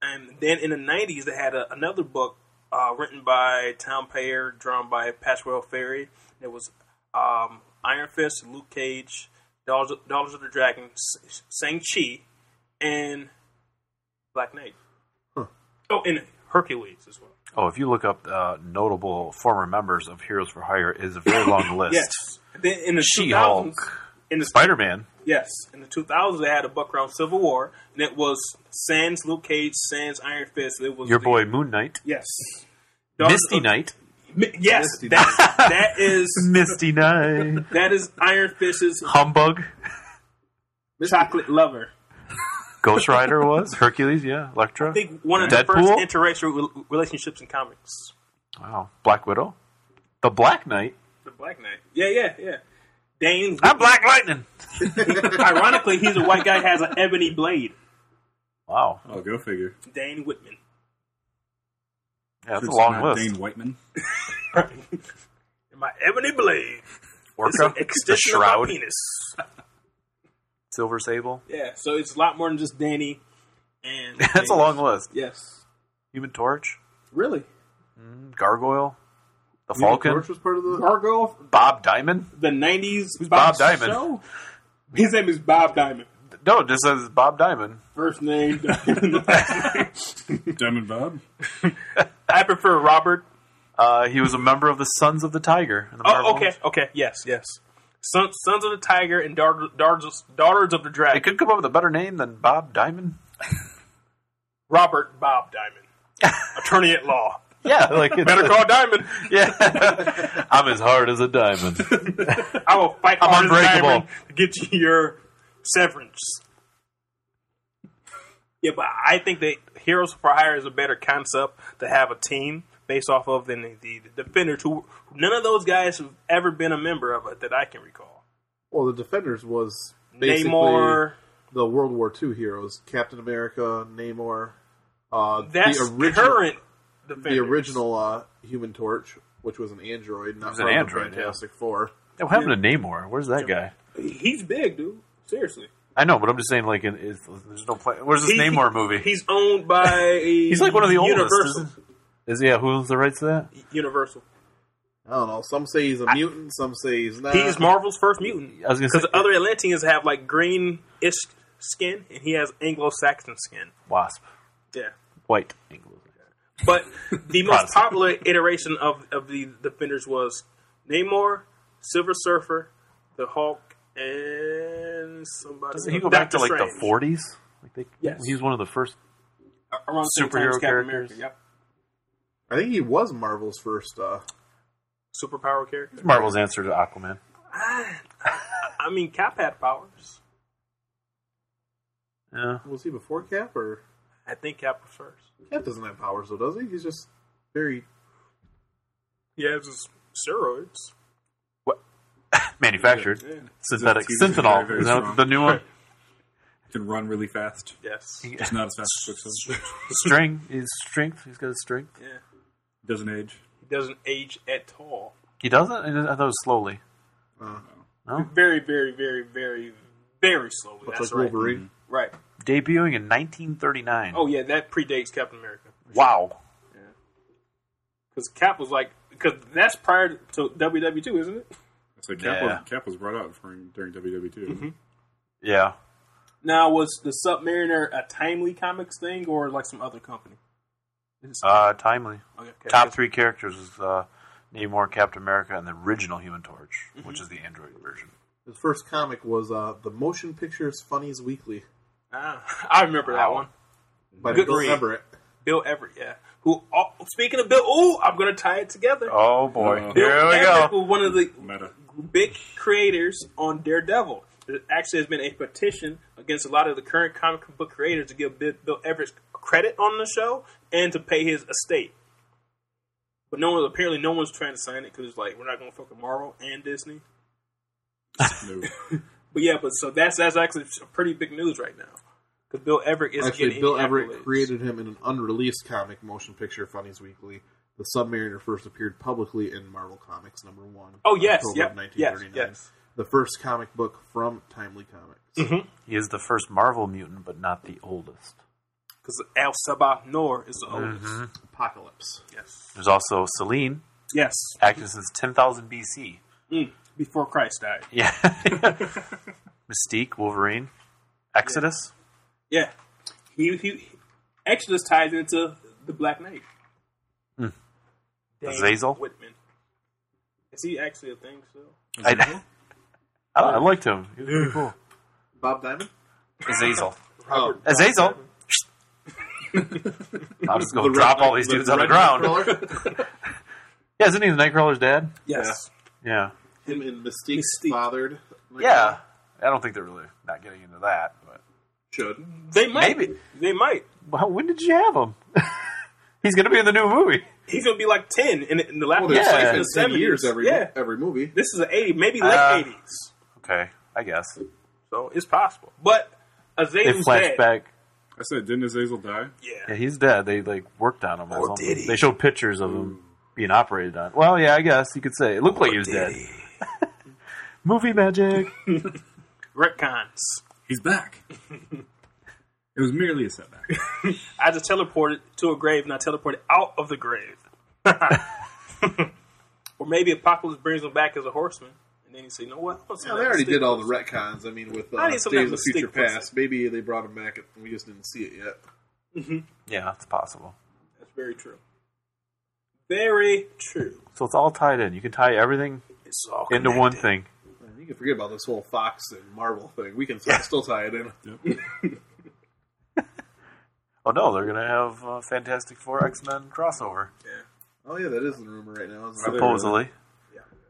[SPEAKER 9] And then in the 90s, they had a, another book uh, written by Tom Payer, drawn by Pasquale Ferry. It was um, Iron Fist, Luke Cage, Daughters of, Daughters of the Dragon, S- Shang-Chi, and Black Knight. Oh, and Hercules as well.
[SPEAKER 8] Oh, if you look up uh, notable former members of Heroes for Hire, it is a very long list.
[SPEAKER 9] Yes. Then in the
[SPEAKER 8] She-Hulk.
[SPEAKER 9] 2000s, in the
[SPEAKER 8] Spider-Man.
[SPEAKER 9] Yes, in the 2000s they had a book around Civil War, and it was Sans Luke Cage, Sans Iron Fist. It was
[SPEAKER 8] Your
[SPEAKER 9] the-
[SPEAKER 8] boy Moon Knight.
[SPEAKER 9] Yes,
[SPEAKER 8] Misty
[SPEAKER 9] Knight.
[SPEAKER 8] Knight.
[SPEAKER 9] Mi- Yes,
[SPEAKER 7] Misty
[SPEAKER 9] that, that is
[SPEAKER 8] Misty Knight.
[SPEAKER 9] that is Iron Fist's
[SPEAKER 8] Humbug.
[SPEAKER 9] chocolate lover.
[SPEAKER 8] Ghost Rider was. Hercules, yeah. Electra.
[SPEAKER 9] I think one of the first
[SPEAKER 8] Deadpool?
[SPEAKER 9] interracial rel- relationships in comics.
[SPEAKER 8] Wow. Black Widow. The Black Knight.
[SPEAKER 9] The Black Knight. Yeah, yeah, yeah. Dane's
[SPEAKER 8] I'm Black Lightning.
[SPEAKER 9] ironically he's a white guy has an ebony blade.
[SPEAKER 8] Wow.
[SPEAKER 6] Oh, go figure.
[SPEAKER 9] Dane Whitman.
[SPEAKER 8] Yeah, that's
[SPEAKER 6] It's
[SPEAKER 8] a long
[SPEAKER 6] not
[SPEAKER 8] list.
[SPEAKER 6] Dane Whiteman.
[SPEAKER 9] My ebony blade. It's
[SPEAKER 8] Orca.
[SPEAKER 9] an
[SPEAKER 8] The
[SPEAKER 9] extension of my
[SPEAKER 8] Shroud.
[SPEAKER 9] penis.
[SPEAKER 8] Silver Sable.
[SPEAKER 9] Yeah, so it's a lot more than just Danny. And
[SPEAKER 8] That's a long list.
[SPEAKER 9] Yes,
[SPEAKER 8] Human Torch.
[SPEAKER 9] really.
[SPEAKER 8] Gargoyle. The
[SPEAKER 7] Human
[SPEAKER 8] Falcon.
[SPEAKER 7] Torch was part of the.
[SPEAKER 9] Argo,
[SPEAKER 8] Bob Diamond.
[SPEAKER 9] the '90s. Who's
[SPEAKER 8] Bob Diamond?
[SPEAKER 9] His name is Bob Diamond.
[SPEAKER 8] No, it just says Bob Diamond.
[SPEAKER 9] First name.
[SPEAKER 6] Diamond Bob.
[SPEAKER 9] I prefer Robert.
[SPEAKER 8] Uh, he was a member of the Sons of the Tiger. in the Marvel
[SPEAKER 9] Oh, okay,
[SPEAKER 8] movies.
[SPEAKER 9] okay, yes, yes. Son, Sons of the Tiger and Daughters, Daughters, Daughters of the
[SPEAKER 8] They
[SPEAKER 9] Dragon.
[SPEAKER 8] could come up with a better name than Bob Diamond.
[SPEAKER 9] Robert Bob Diamond, attorney at law.
[SPEAKER 8] Yeah, like it's,
[SPEAKER 9] Better call Diamond.
[SPEAKER 8] Yeah, I'm as hard as a diamond.
[SPEAKER 9] I will fight
[SPEAKER 8] I'm
[SPEAKER 9] harder than
[SPEAKER 8] unbreakable.
[SPEAKER 9] Diamond to get you your severance. Yeah, but I think that Heroes for Hire is a better concept to have a team based off of than the, the, the Defenders, who none of those guys have ever been a member of it that I can recall.
[SPEAKER 7] Well, the Defenders was basically
[SPEAKER 9] Namor,
[SPEAKER 7] the World War II heroes: Captain America, Namor. Uh,
[SPEAKER 9] that's
[SPEAKER 7] the original,
[SPEAKER 9] current.
[SPEAKER 7] the
[SPEAKER 9] Defenders.
[SPEAKER 7] original uh, Human Torch, which was an android, not
[SPEAKER 8] was an
[SPEAKER 7] part of the
[SPEAKER 8] android, yeah.
[SPEAKER 7] Fantastic Four.
[SPEAKER 8] Yeah, What happened to Namor? Where's that guy?
[SPEAKER 9] He's big, dude. Seriously.
[SPEAKER 8] I know, but I'm just saying, like, in, it's, there's no play. Where's this
[SPEAKER 9] He-
[SPEAKER 8] Namor movie?
[SPEAKER 9] He's owned by.
[SPEAKER 8] He's like one of the oldest.
[SPEAKER 9] Universal.
[SPEAKER 8] Isn't, he? is he? Yeah, who owns the rights to that?
[SPEAKER 9] Universal.
[SPEAKER 7] I don't know. Some say he's a mutant. Some say he's not.
[SPEAKER 9] He's Marvel's first mutant
[SPEAKER 8] I was gonna
[SPEAKER 9] because
[SPEAKER 8] say,
[SPEAKER 9] the other Atlanteans have like greenish skin, and he has Anglo-Saxon skin.
[SPEAKER 8] Wasp,
[SPEAKER 9] Yeah,
[SPEAKER 8] white, Anglo.
[SPEAKER 9] but the most
[SPEAKER 8] Protestant.
[SPEAKER 9] popular iteration of of the Defenders was Namor, Silver Surfer, the Hulk, and somebody.
[SPEAKER 8] Doesn't he go back to
[SPEAKER 9] Doctor
[SPEAKER 8] like the
[SPEAKER 9] Strange.
[SPEAKER 8] 40s? Like, they,
[SPEAKER 9] Yes.
[SPEAKER 8] he's one of the first.
[SPEAKER 9] around the same time as
[SPEAKER 8] superhero
[SPEAKER 9] Captain
[SPEAKER 8] characters?
[SPEAKER 9] America, Yep.
[SPEAKER 7] I think he was Marvel's first. Uh,
[SPEAKER 9] Superpower character.
[SPEAKER 8] Marvel's answer to Aquaman.
[SPEAKER 9] I mean, Cap had powers.
[SPEAKER 8] Yeah,
[SPEAKER 7] was he before Cap or
[SPEAKER 9] I think Cap was first.
[SPEAKER 7] Cap doesn't have powers though, does he? He's just very.
[SPEAKER 9] He has his steroids.
[SPEAKER 8] manufactured synthetic
[SPEAKER 6] He's
[SPEAKER 8] synthanol.
[SPEAKER 6] very, very
[SPEAKER 8] Is that
[SPEAKER 6] strong.
[SPEAKER 8] the new one?
[SPEAKER 6] Can run really fast.
[SPEAKER 9] Yes.
[SPEAKER 6] It's not as fast as Quicksilver.
[SPEAKER 8] String. He's strength. He's got his strength.
[SPEAKER 9] Yeah.
[SPEAKER 6] Doesn't age.
[SPEAKER 9] He doesn't age at all.
[SPEAKER 8] He doesn't. I thought it was slowly.
[SPEAKER 7] Uh,
[SPEAKER 8] No?
[SPEAKER 9] Very, very, very, very, very slowly.
[SPEAKER 7] much
[SPEAKER 9] That's
[SPEAKER 7] like
[SPEAKER 9] right.
[SPEAKER 7] Wolverine.
[SPEAKER 9] Right.
[SPEAKER 8] debuting in 1939.
[SPEAKER 9] Oh yeah, that predates Captain America
[SPEAKER 8] wow.
[SPEAKER 9] because Cap was like because that's prior to WW two, E isn't it?
[SPEAKER 6] So Cap,
[SPEAKER 8] Yeah.
[SPEAKER 6] was, Cap was brought out during, during E, WW2.
[SPEAKER 8] Yeah.
[SPEAKER 9] Now was the Submariner a Timely Comics thing or like some other company?
[SPEAKER 8] Uh, timely.
[SPEAKER 9] Okay, okay.
[SPEAKER 8] Top three characters is uh, Namor, Captain America, and the original Human Torch,
[SPEAKER 9] Mm-hmm.
[SPEAKER 8] which is the Android version.
[SPEAKER 7] His first comic was uh, the Motion Pictures Funnies Weekly.
[SPEAKER 9] Ah, I remember that
[SPEAKER 8] Wow.
[SPEAKER 9] one.
[SPEAKER 7] But
[SPEAKER 9] Good
[SPEAKER 7] I don't
[SPEAKER 9] read.
[SPEAKER 7] remember it.
[SPEAKER 9] Bill Everett, yeah. Who oh, speaking of Bill, oh, I'm gonna tie it together.
[SPEAKER 8] Oh boy,
[SPEAKER 6] Uh-oh.
[SPEAKER 9] Bill
[SPEAKER 8] here we
[SPEAKER 9] Everett
[SPEAKER 8] go.
[SPEAKER 9] was one of the
[SPEAKER 8] Mm-hmm.
[SPEAKER 6] Meta.
[SPEAKER 9] big creators on Daredevil. There actually has been a petition against a lot of the current comic book creators to give Bill, Bill Everett credit on the show and to pay his estate. But no one, apparently, no one's trying to sign it because like we're not going to fuck with Marvel and Disney.
[SPEAKER 6] No.
[SPEAKER 9] But yeah, but so that's that's actually pretty big news right now because Bill Everett is
[SPEAKER 7] Actually,
[SPEAKER 9] getting
[SPEAKER 7] Bill
[SPEAKER 9] any
[SPEAKER 7] Everett
[SPEAKER 9] accolades.
[SPEAKER 7] created him in an unreleased comic, Motion Picture Funnies Weekly. The Submariner first appeared publicly in Marvel Comics number one.
[SPEAKER 9] Oh, yes,
[SPEAKER 7] October
[SPEAKER 9] yep,
[SPEAKER 7] of
[SPEAKER 9] yes,
[SPEAKER 7] 1939.
[SPEAKER 9] yes.
[SPEAKER 7] The first comic book from Timely Comics.
[SPEAKER 8] He is the first Marvel mutant, but not the oldest.
[SPEAKER 9] because Al Sabah Noor is the oldest.
[SPEAKER 7] Apocalypse.
[SPEAKER 9] Yes,
[SPEAKER 8] There's also Selene,
[SPEAKER 9] yes, Mm.
[SPEAKER 8] active since 10,000 BC.
[SPEAKER 9] before Christ died.
[SPEAKER 8] Yeah. Mystique, Wolverine, Exodus.
[SPEAKER 9] Yeah, he he. Exodus ties into the Black Knight. Dan
[SPEAKER 8] Azazel?
[SPEAKER 9] Whitman. Is he actually a thing still?
[SPEAKER 8] I, I, don't know, I liked him. He was pretty cool.
[SPEAKER 7] Bob Diamond?
[SPEAKER 8] Azazel.
[SPEAKER 7] Oh,
[SPEAKER 8] Azazel. I'll just go
[SPEAKER 7] red-
[SPEAKER 8] drop all these
[SPEAKER 7] the
[SPEAKER 8] dudes on the
[SPEAKER 7] red
[SPEAKER 8] ground.
[SPEAKER 7] Nightcrawler?
[SPEAKER 8] Yeah, isn't he the Nightcrawler's dad?
[SPEAKER 9] Yes.
[SPEAKER 8] Yeah.
[SPEAKER 7] him and Mystique,
[SPEAKER 9] Mystique.
[SPEAKER 7] fathered. Nightcrawler?
[SPEAKER 8] Yeah. I don't think they're really not getting into that. But
[SPEAKER 7] Should.
[SPEAKER 9] They might.
[SPEAKER 8] Maybe.
[SPEAKER 9] They might.
[SPEAKER 8] well, when did you have him? He's going to be in the new movie.
[SPEAKER 9] He's gonna be like ten in, in the last
[SPEAKER 7] Well, there's
[SPEAKER 8] Yeah.
[SPEAKER 7] like
[SPEAKER 9] in the
[SPEAKER 7] 10
[SPEAKER 9] seventies.
[SPEAKER 7] years every,
[SPEAKER 9] yeah.
[SPEAKER 7] every movie.
[SPEAKER 9] This is an eighty, maybe late
[SPEAKER 8] Uh,
[SPEAKER 9] eighties.
[SPEAKER 8] Okay, I guess.
[SPEAKER 9] so it's possible. But
[SPEAKER 8] They
[SPEAKER 9] Azazel's
[SPEAKER 8] flashed
[SPEAKER 9] dead.
[SPEAKER 8] back.
[SPEAKER 6] I said, didn't Azazel die?
[SPEAKER 8] Yeah,
[SPEAKER 9] Yeah.
[SPEAKER 8] he's dead. They like worked on him. as
[SPEAKER 9] Or
[SPEAKER 8] him.
[SPEAKER 9] did he?
[SPEAKER 8] They showed pictures of him being operated on. Well, yeah, I guess you could say it looked like he was dead. movie magic.
[SPEAKER 9] Retcons.
[SPEAKER 6] He's back. it was merely a setback.
[SPEAKER 9] I just teleported to a grave and I teleported out of the grave. or maybe Apocalypse brings him back as a horseman. And then he say, you know what? I'm
[SPEAKER 7] Yeah, they already did all the retcons. I mean, with uh,
[SPEAKER 9] I need some
[SPEAKER 7] Days
[SPEAKER 9] of
[SPEAKER 7] of
[SPEAKER 9] that
[SPEAKER 7] Future
[SPEAKER 9] Mystique pussy.
[SPEAKER 7] Past, maybe they brought him back. and We just didn't see it yet.
[SPEAKER 8] Yeah, that's possible.
[SPEAKER 9] That's very true. Very true.
[SPEAKER 8] So it's all tied in. You can tie everything
[SPEAKER 9] It's all
[SPEAKER 8] into one thing.
[SPEAKER 7] Man, you can forget about this whole Fox and Marvel thing. We can still tie it in.
[SPEAKER 8] Oh no, they're gonna have uh, Fantastic Four X Men crossover
[SPEAKER 7] Oh yeah, that is the rumor right now. isn't it?
[SPEAKER 8] supposedly.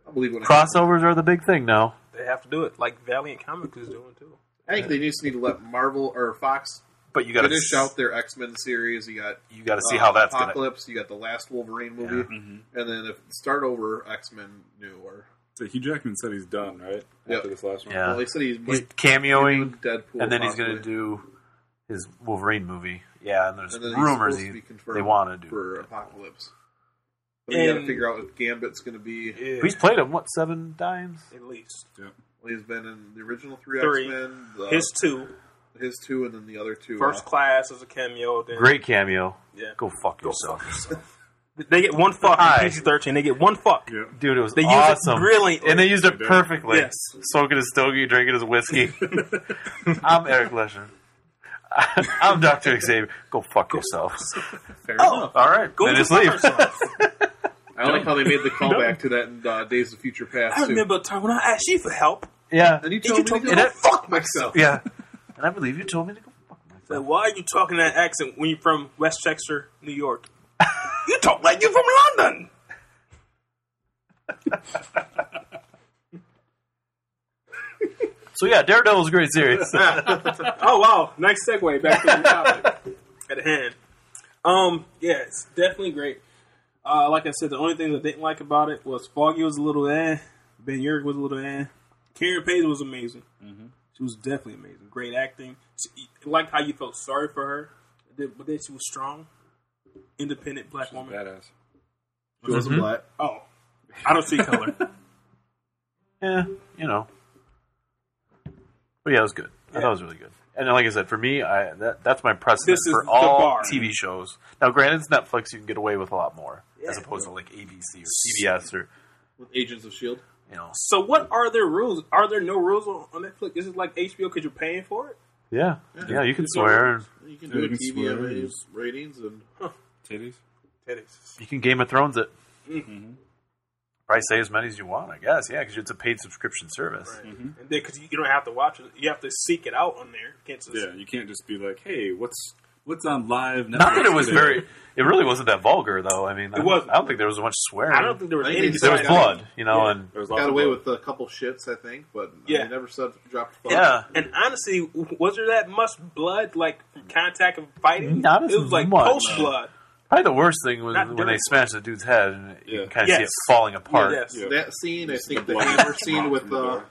[SPEAKER 7] I believe what I-
[SPEAKER 8] Crossovers are the big thing now.
[SPEAKER 9] They have to do it like Valiant Comics is doing too.
[SPEAKER 7] I think they just need to let Marvel or Fox
[SPEAKER 8] But you gotta
[SPEAKER 7] finish out their X Men series. You got
[SPEAKER 8] you gotta see
[SPEAKER 7] uh,
[SPEAKER 8] how that's gonna. Mm-hmm.
[SPEAKER 7] Apocalypse. You got the last Wolverine movie, and then if start over X Men New or
[SPEAKER 6] So Hugh Jackman said he's done, right?
[SPEAKER 7] Yep.
[SPEAKER 6] After this last one.
[SPEAKER 8] Yeah.
[SPEAKER 7] well, they said he's,
[SPEAKER 8] He's
[SPEAKER 7] might do
[SPEAKER 8] cameoing,
[SPEAKER 7] Deadpool,
[SPEAKER 8] and then he's gonna
[SPEAKER 7] possibly.
[SPEAKER 8] do his Wolverine movie. Yeah, and there's
[SPEAKER 7] And then he's
[SPEAKER 8] rumors
[SPEAKER 7] supposed to
[SPEAKER 8] he,
[SPEAKER 7] be confirmed
[SPEAKER 8] they want to do.
[SPEAKER 7] for Apocalypse. But you got to
[SPEAKER 9] And-
[SPEAKER 7] figure out what Gambit's going to be.
[SPEAKER 9] Yeah.
[SPEAKER 8] He's played him what seven times?
[SPEAKER 9] At least.
[SPEAKER 7] He's been in the original three,
[SPEAKER 9] Three.
[SPEAKER 7] X Men,
[SPEAKER 9] His
[SPEAKER 7] his
[SPEAKER 9] two.
[SPEAKER 7] his two, and then the other two.
[SPEAKER 9] First
[SPEAKER 7] uh,
[SPEAKER 9] class as a cameo. Then
[SPEAKER 8] Great cameo.
[SPEAKER 9] Yeah.
[SPEAKER 8] Go fuck yourself,
[SPEAKER 9] They get one fuck
[SPEAKER 8] Hi.
[SPEAKER 9] in PG 13. They get one fuck.
[SPEAKER 6] Yeah.
[SPEAKER 8] dude. It was
[SPEAKER 9] They use it
[SPEAKER 8] awesome,
[SPEAKER 9] brilliantly.
[SPEAKER 8] and they used it
[SPEAKER 6] They do.
[SPEAKER 8] perfectly.
[SPEAKER 9] Yes.
[SPEAKER 8] smoking his stogie, drinking his whiskey. I'm Eric Lesher. I'm Doctor Xavier. Go fuck yourself.
[SPEAKER 7] fair enough.
[SPEAKER 8] All right,
[SPEAKER 9] Go
[SPEAKER 8] then
[SPEAKER 9] to
[SPEAKER 8] just
[SPEAKER 9] the
[SPEAKER 8] leave.
[SPEAKER 9] Microsoft.
[SPEAKER 7] I like how they made the callback to that in uh, Days of Future Past.
[SPEAKER 9] I
[SPEAKER 7] too.
[SPEAKER 9] remember a time when I asked you for help.
[SPEAKER 8] yeah,
[SPEAKER 7] And you
[SPEAKER 9] you
[SPEAKER 7] told
[SPEAKER 9] told
[SPEAKER 7] me
[SPEAKER 9] me
[SPEAKER 7] to go
[SPEAKER 9] that-
[SPEAKER 7] fuck myself.
[SPEAKER 8] yeah. And I believe you told me to go fuck myself.
[SPEAKER 9] Like, why are you talking that accent when you're from Westchester, New York? you talk like you're from London.
[SPEAKER 8] So yeah, Daredevil's a great series.
[SPEAKER 9] Oh wow, nice segue back to the topic at hand. Um, yeah, it's definitely great. Uh, like I said, the only thing I didn't like about it was Foggy was a little eh, Ben Urich was a little eh, Karen Page was amazing. She was definitely amazing. Great acting. She, like how you felt sorry for her, then- but then she was strong, independent black woman.
[SPEAKER 6] Badass.
[SPEAKER 7] She wasn't black.
[SPEAKER 9] Oh, I don't see color.
[SPEAKER 8] yeah, you know. But yeah, it was good. I thought it was really good. And like I said, for me, I, that, that's my precedent
[SPEAKER 9] This is
[SPEAKER 8] for
[SPEAKER 9] the
[SPEAKER 8] all
[SPEAKER 9] bar.
[SPEAKER 8] TV shows. Now, granted, it's Netflix, you can get away with a lot more as opposed to like ABC or CBS or
[SPEAKER 7] with Agents of Shield.
[SPEAKER 8] you know.
[SPEAKER 9] So what are their rules? Are there no rules on, on Netflix? Is it like HBO because you're paying for it?
[SPEAKER 8] Yeah, yeah, you can
[SPEAKER 7] There's no
[SPEAKER 8] swear.
[SPEAKER 7] rules.
[SPEAKER 8] and
[SPEAKER 7] You can
[SPEAKER 6] Yeah,
[SPEAKER 7] do a
[SPEAKER 6] you can
[SPEAKER 7] TV
[SPEAKER 6] swear.
[SPEAKER 7] ratings, ratings and
[SPEAKER 6] Titties.
[SPEAKER 9] Titties.
[SPEAKER 8] You can Game of Thrones it.
[SPEAKER 9] Mm-hmm.
[SPEAKER 8] Probably say as many as you want, I guess. Yeah, because it's a paid subscription service.
[SPEAKER 9] And then because you, you don't have to watch it, you have to seek it out on there. You can't just-
[SPEAKER 6] Yeah, you can't just be like, hey, what's what's on live?
[SPEAKER 8] Not that it was
[SPEAKER 6] today?
[SPEAKER 8] very. It really wasn't that vulgar, though. I mean, I,
[SPEAKER 9] wasn't.
[SPEAKER 8] I don't think there was much swearing.
[SPEAKER 9] I don't think there was
[SPEAKER 7] I think
[SPEAKER 9] any.
[SPEAKER 7] they
[SPEAKER 8] there was
[SPEAKER 7] Yeah.
[SPEAKER 8] blood, you know, and
[SPEAKER 6] There was lots
[SPEAKER 7] got
[SPEAKER 6] of
[SPEAKER 7] away
[SPEAKER 6] blood.
[SPEAKER 7] with a couple shits, I think, but
[SPEAKER 9] Yeah.
[SPEAKER 7] yeah. never said dropped. fuck.
[SPEAKER 8] yeah,
[SPEAKER 9] And honestly, was there that much blood like from contact and fighting?
[SPEAKER 8] Not as
[SPEAKER 9] it was like
[SPEAKER 8] much.
[SPEAKER 9] post blood.
[SPEAKER 8] probably the worst thing was
[SPEAKER 9] Not
[SPEAKER 8] when they
[SPEAKER 9] dirty.
[SPEAKER 8] smashed the dude's head and you
[SPEAKER 6] Yeah.
[SPEAKER 8] kind of see
[SPEAKER 9] Yes.
[SPEAKER 8] it falling apart.
[SPEAKER 9] Yes.
[SPEAKER 6] Yeah.
[SPEAKER 7] That scene, I think,
[SPEAKER 6] the
[SPEAKER 7] the
[SPEAKER 6] blood
[SPEAKER 7] hammer
[SPEAKER 6] just
[SPEAKER 7] scene
[SPEAKER 6] dropped
[SPEAKER 7] with
[SPEAKER 6] in the
[SPEAKER 7] uh,
[SPEAKER 6] door.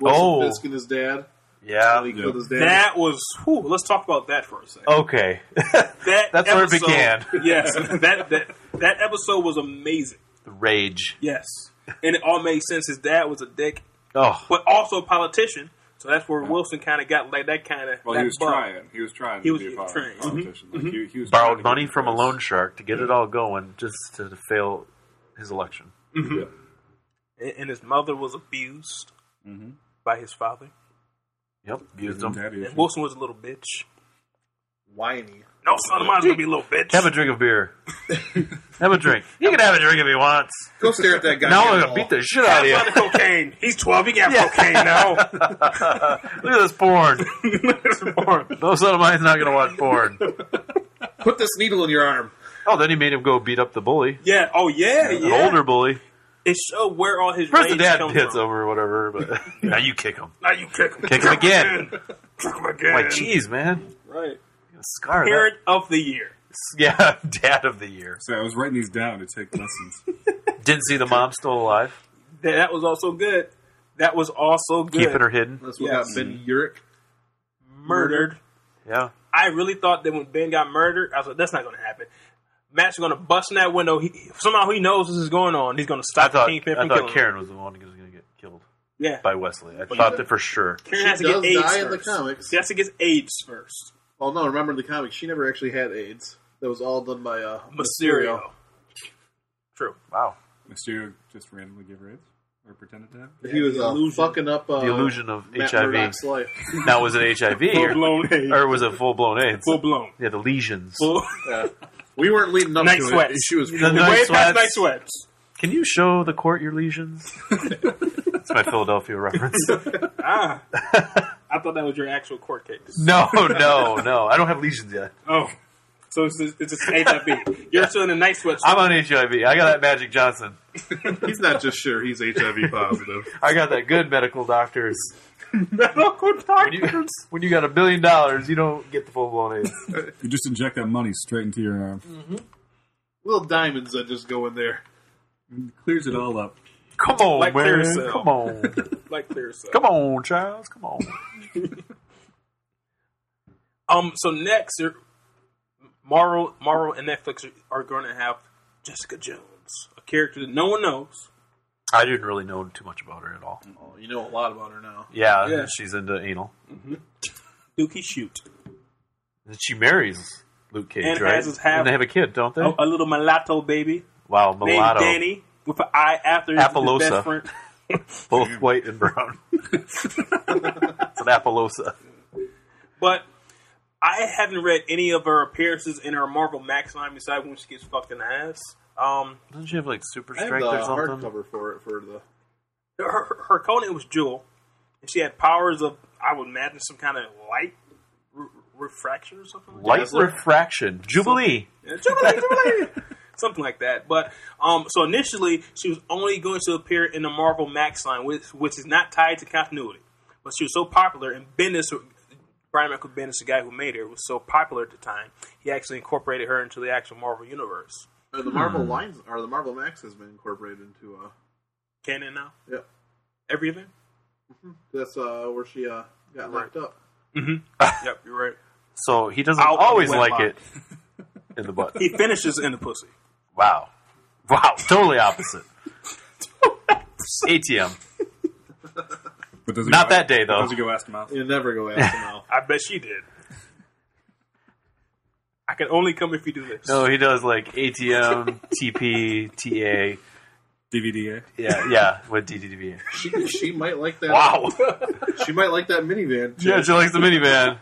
[SPEAKER 7] Wilson
[SPEAKER 8] Oh.
[SPEAKER 7] Fisk and his dad.
[SPEAKER 8] Yeah.
[SPEAKER 7] He
[SPEAKER 6] Yeah.
[SPEAKER 7] killed his dad.
[SPEAKER 9] That was. Whew, let's talk about that for a second.
[SPEAKER 8] Okay.
[SPEAKER 9] that
[SPEAKER 8] That's where it
[SPEAKER 9] episode-
[SPEAKER 8] began.
[SPEAKER 9] yes, that that that episode was amazing.
[SPEAKER 8] Rage.
[SPEAKER 9] Yes, and it all made sense. His dad was a dick,
[SPEAKER 8] Oh,
[SPEAKER 9] but also a politician. So that's where Wilson kind of got like that kind of.
[SPEAKER 6] Well,
[SPEAKER 9] that
[SPEAKER 6] he was
[SPEAKER 9] bug.
[SPEAKER 6] trying. He was trying.
[SPEAKER 9] He
[SPEAKER 6] to
[SPEAKER 9] was-
[SPEAKER 6] be
[SPEAKER 9] he
[SPEAKER 6] a
[SPEAKER 9] was
[SPEAKER 6] poli-
[SPEAKER 9] trying.
[SPEAKER 6] politician. Like, he, he was trying
[SPEAKER 8] borowed
[SPEAKER 6] to
[SPEAKER 8] money
[SPEAKER 6] get
[SPEAKER 8] from a
[SPEAKER 6] this.
[SPEAKER 8] loan shark to get it all going, just to fail his election.
[SPEAKER 6] Yeah.
[SPEAKER 9] and, and his mother was abused
[SPEAKER 8] Mm-hmm.
[SPEAKER 9] by his father.
[SPEAKER 8] Yep, used him.
[SPEAKER 6] Daddy
[SPEAKER 9] And
[SPEAKER 6] issues.
[SPEAKER 9] Wilson was a little bitch.
[SPEAKER 7] whiny.
[SPEAKER 9] No son of mine's gonna be a little bitch.
[SPEAKER 8] Have a drink of beer. have a drink. You can have a drink if he wants.
[SPEAKER 7] Go stare at that guy.
[SPEAKER 8] Now I'm gonna beat the shit out of you.
[SPEAKER 9] Have fun with cocaine. He's twelve. He can have cocaine now.
[SPEAKER 8] Look at this porn.
[SPEAKER 9] Porn.
[SPEAKER 8] No son of mine's not gonna watch porn.
[SPEAKER 7] Put this needle in your arm.
[SPEAKER 8] Oh, then he made him go beat up the bully,
[SPEAKER 9] yeah. Oh yeah.
[SPEAKER 8] an
[SPEAKER 9] yeah.
[SPEAKER 8] older bully.
[SPEAKER 9] It showed where all his
[SPEAKER 8] First the
[SPEAKER 9] rage
[SPEAKER 8] dad
[SPEAKER 9] come
[SPEAKER 8] hits
[SPEAKER 9] from.
[SPEAKER 8] over or whatever, but now you kick him.
[SPEAKER 9] Now you kick him.
[SPEAKER 8] Kick him again.
[SPEAKER 9] Kick him again.
[SPEAKER 8] Like, geez, man,
[SPEAKER 9] Right.
[SPEAKER 8] scar. that-
[SPEAKER 9] Parent of the year.
[SPEAKER 8] Yeah, dad of the year.
[SPEAKER 6] So I was writing these down to take lessons.
[SPEAKER 8] Didn't see the mom still alive,
[SPEAKER 9] That, that was also good. That was also good.
[SPEAKER 8] keeping her hidden.
[SPEAKER 7] That's what got
[SPEAKER 9] Yes.
[SPEAKER 7] Ben Urich.
[SPEAKER 9] murdered.
[SPEAKER 8] Yeah,
[SPEAKER 9] I really thought that when Ben got murdered, I was like, that's not going to happen. Matt's going to bust in that window. He, somehow he knows this is going on. He's going to
[SPEAKER 8] I
[SPEAKER 9] stop
[SPEAKER 8] thought
[SPEAKER 9] Kingpin
[SPEAKER 8] I
[SPEAKER 9] from
[SPEAKER 8] thought
[SPEAKER 9] killing. him.
[SPEAKER 8] Karen was the one who was gonna get killed
[SPEAKER 9] Yeah.
[SPEAKER 8] by Wesley. I thought that for sure.
[SPEAKER 9] Karen
[SPEAKER 7] She
[SPEAKER 9] has to get
[SPEAKER 7] does
[SPEAKER 9] AIDS
[SPEAKER 7] die
[SPEAKER 9] first.
[SPEAKER 7] in the comics.
[SPEAKER 9] She has to get AIDS first.
[SPEAKER 7] Well, no, remember in the comics, she never actually had AIDS. That was all done by uh,
[SPEAKER 9] Mysterio.
[SPEAKER 7] Mysterio.
[SPEAKER 9] True.
[SPEAKER 8] Wow,
[SPEAKER 6] Mysterio just randomly give her AIDS or pretended to have. it?
[SPEAKER 7] He was uh,
[SPEAKER 9] illusion.
[SPEAKER 7] fucking up uh,
[SPEAKER 8] the illusion of
[SPEAKER 7] Matt
[SPEAKER 8] HIV.
[SPEAKER 7] Murdock's life.
[SPEAKER 8] Now was it HIV or,
[SPEAKER 9] blown AIDS.
[SPEAKER 8] or was it full blown AIDS?
[SPEAKER 9] Full blown.
[SPEAKER 8] Yeah, the lesions.
[SPEAKER 9] Full.
[SPEAKER 7] We weren't leading up
[SPEAKER 9] Night
[SPEAKER 7] to
[SPEAKER 9] sweats.
[SPEAKER 7] it. She was
[SPEAKER 8] The
[SPEAKER 9] Way past
[SPEAKER 8] night sweats.
[SPEAKER 9] night sweats.
[SPEAKER 8] Can you show the court your lesions? That's my Philadelphia reference.
[SPEAKER 9] Ah. I thought that was your actual court case.
[SPEAKER 8] No, no, no. I don't have lesions yet.
[SPEAKER 9] Oh. So it's just, it's just HIV. You're still in the night sweats.
[SPEAKER 8] I'm on HIV. I got that Magic Johnson.
[SPEAKER 7] He's not just sure. He's HIV positive.
[SPEAKER 8] I got that good medical doctors. medical doctors. When you, when you got a billion dollars, you don't get the full blown AIDS.
[SPEAKER 6] You just inject that money straight into your arm.
[SPEAKER 7] Little diamonds that just go in there.
[SPEAKER 6] Clears it all up.
[SPEAKER 8] Come on,
[SPEAKER 9] Like
[SPEAKER 8] man.
[SPEAKER 9] Clearasil.
[SPEAKER 8] Come on.
[SPEAKER 9] like clear so.
[SPEAKER 8] Come on, Charles. Come on.
[SPEAKER 9] Um. So next, er, Marvel, Marvel, and Netflix are, are going to have Jessica Jones, a character that no one knows.
[SPEAKER 8] I didn't really know too much about her at all.
[SPEAKER 7] Oh, you know a lot about her now.
[SPEAKER 8] Yeah,
[SPEAKER 9] Yeah.
[SPEAKER 8] she's into anal.
[SPEAKER 9] Dookie shoot
[SPEAKER 8] And she marries Luke Cage,
[SPEAKER 9] And
[SPEAKER 8] right?
[SPEAKER 9] has his half-
[SPEAKER 8] and they have a kid, don't they?
[SPEAKER 9] a, a little mulatto baby
[SPEAKER 8] wow,
[SPEAKER 9] Oh, uh, named
[SPEAKER 8] mulatto.
[SPEAKER 9] Danny with an eye after his, his
[SPEAKER 8] Appaloosa.
[SPEAKER 9] best friend.
[SPEAKER 8] both white and brown. it's an Appaloosa.
[SPEAKER 9] But I haven't read any of her appearances in her Marvel Max line besides when she gets fucked in the ass. Um,
[SPEAKER 8] Doesn't she have like super
[SPEAKER 7] I have
[SPEAKER 8] strength
[SPEAKER 7] the
[SPEAKER 8] or something?
[SPEAKER 7] hardcover for it for the
[SPEAKER 9] her, her, her opponent was Jewel, and she had powers of I would imagine some kind of light re- refraction or something. like that.
[SPEAKER 8] Light
[SPEAKER 7] Dazzler.
[SPEAKER 8] refraction, Jubilee.
[SPEAKER 9] Jubilee, Jubilee. Something like that. But um, so initially, she was only going to appear in the Marvel Max line, which, which is not tied to continuity. But she was so popular, and Bendis, Brian Michael Bendis, the guy who made her, was so popular at the time, he actually incorporated her into the actual Marvel universe.
[SPEAKER 7] or Uh, the Marvel lines or the Marvel Max has been incorporated into uh
[SPEAKER 9] Canon now,
[SPEAKER 7] yeah.
[SPEAKER 9] everything.
[SPEAKER 7] That's uh where she uh got locked up.
[SPEAKER 9] yep, you're right.
[SPEAKER 8] So he doesn't
[SPEAKER 9] Out
[SPEAKER 8] always
[SPEAKER 9] of
[SPEAKER 8] like
[SPEAKER 9] wedlock.
[SPEAKER 8] it in the butt.
[SPEAKER 9] He finishes in the pussy.
[SPEAKER 8] Wow, wow, totally opposite. ATM.
[SPEAKER 6] But does he
[SPEAKER 8] Not
[SPEAKER 6] go-
[SPEAKER 8] that day, though.
[SPEAKER 6] Does he go ass to mouth?
[SPEAKER 7] You never go ass to mouth.
[SPEAKER 9] I bet she did. I can only come if you do this.
[SPEAKER 8] No, he does like ATM, TP, TA.
[SPEAKER 6] DVD.
[SPEAKER 8] Yeah, yeah, with DDDB.
[SPEAKER 7] She, she might like that.
[SPEAKER 8] Wow.
[SPEAKER 7] She might like that minivan.
[SPEAKER 8] Yeah, she likes the minivan.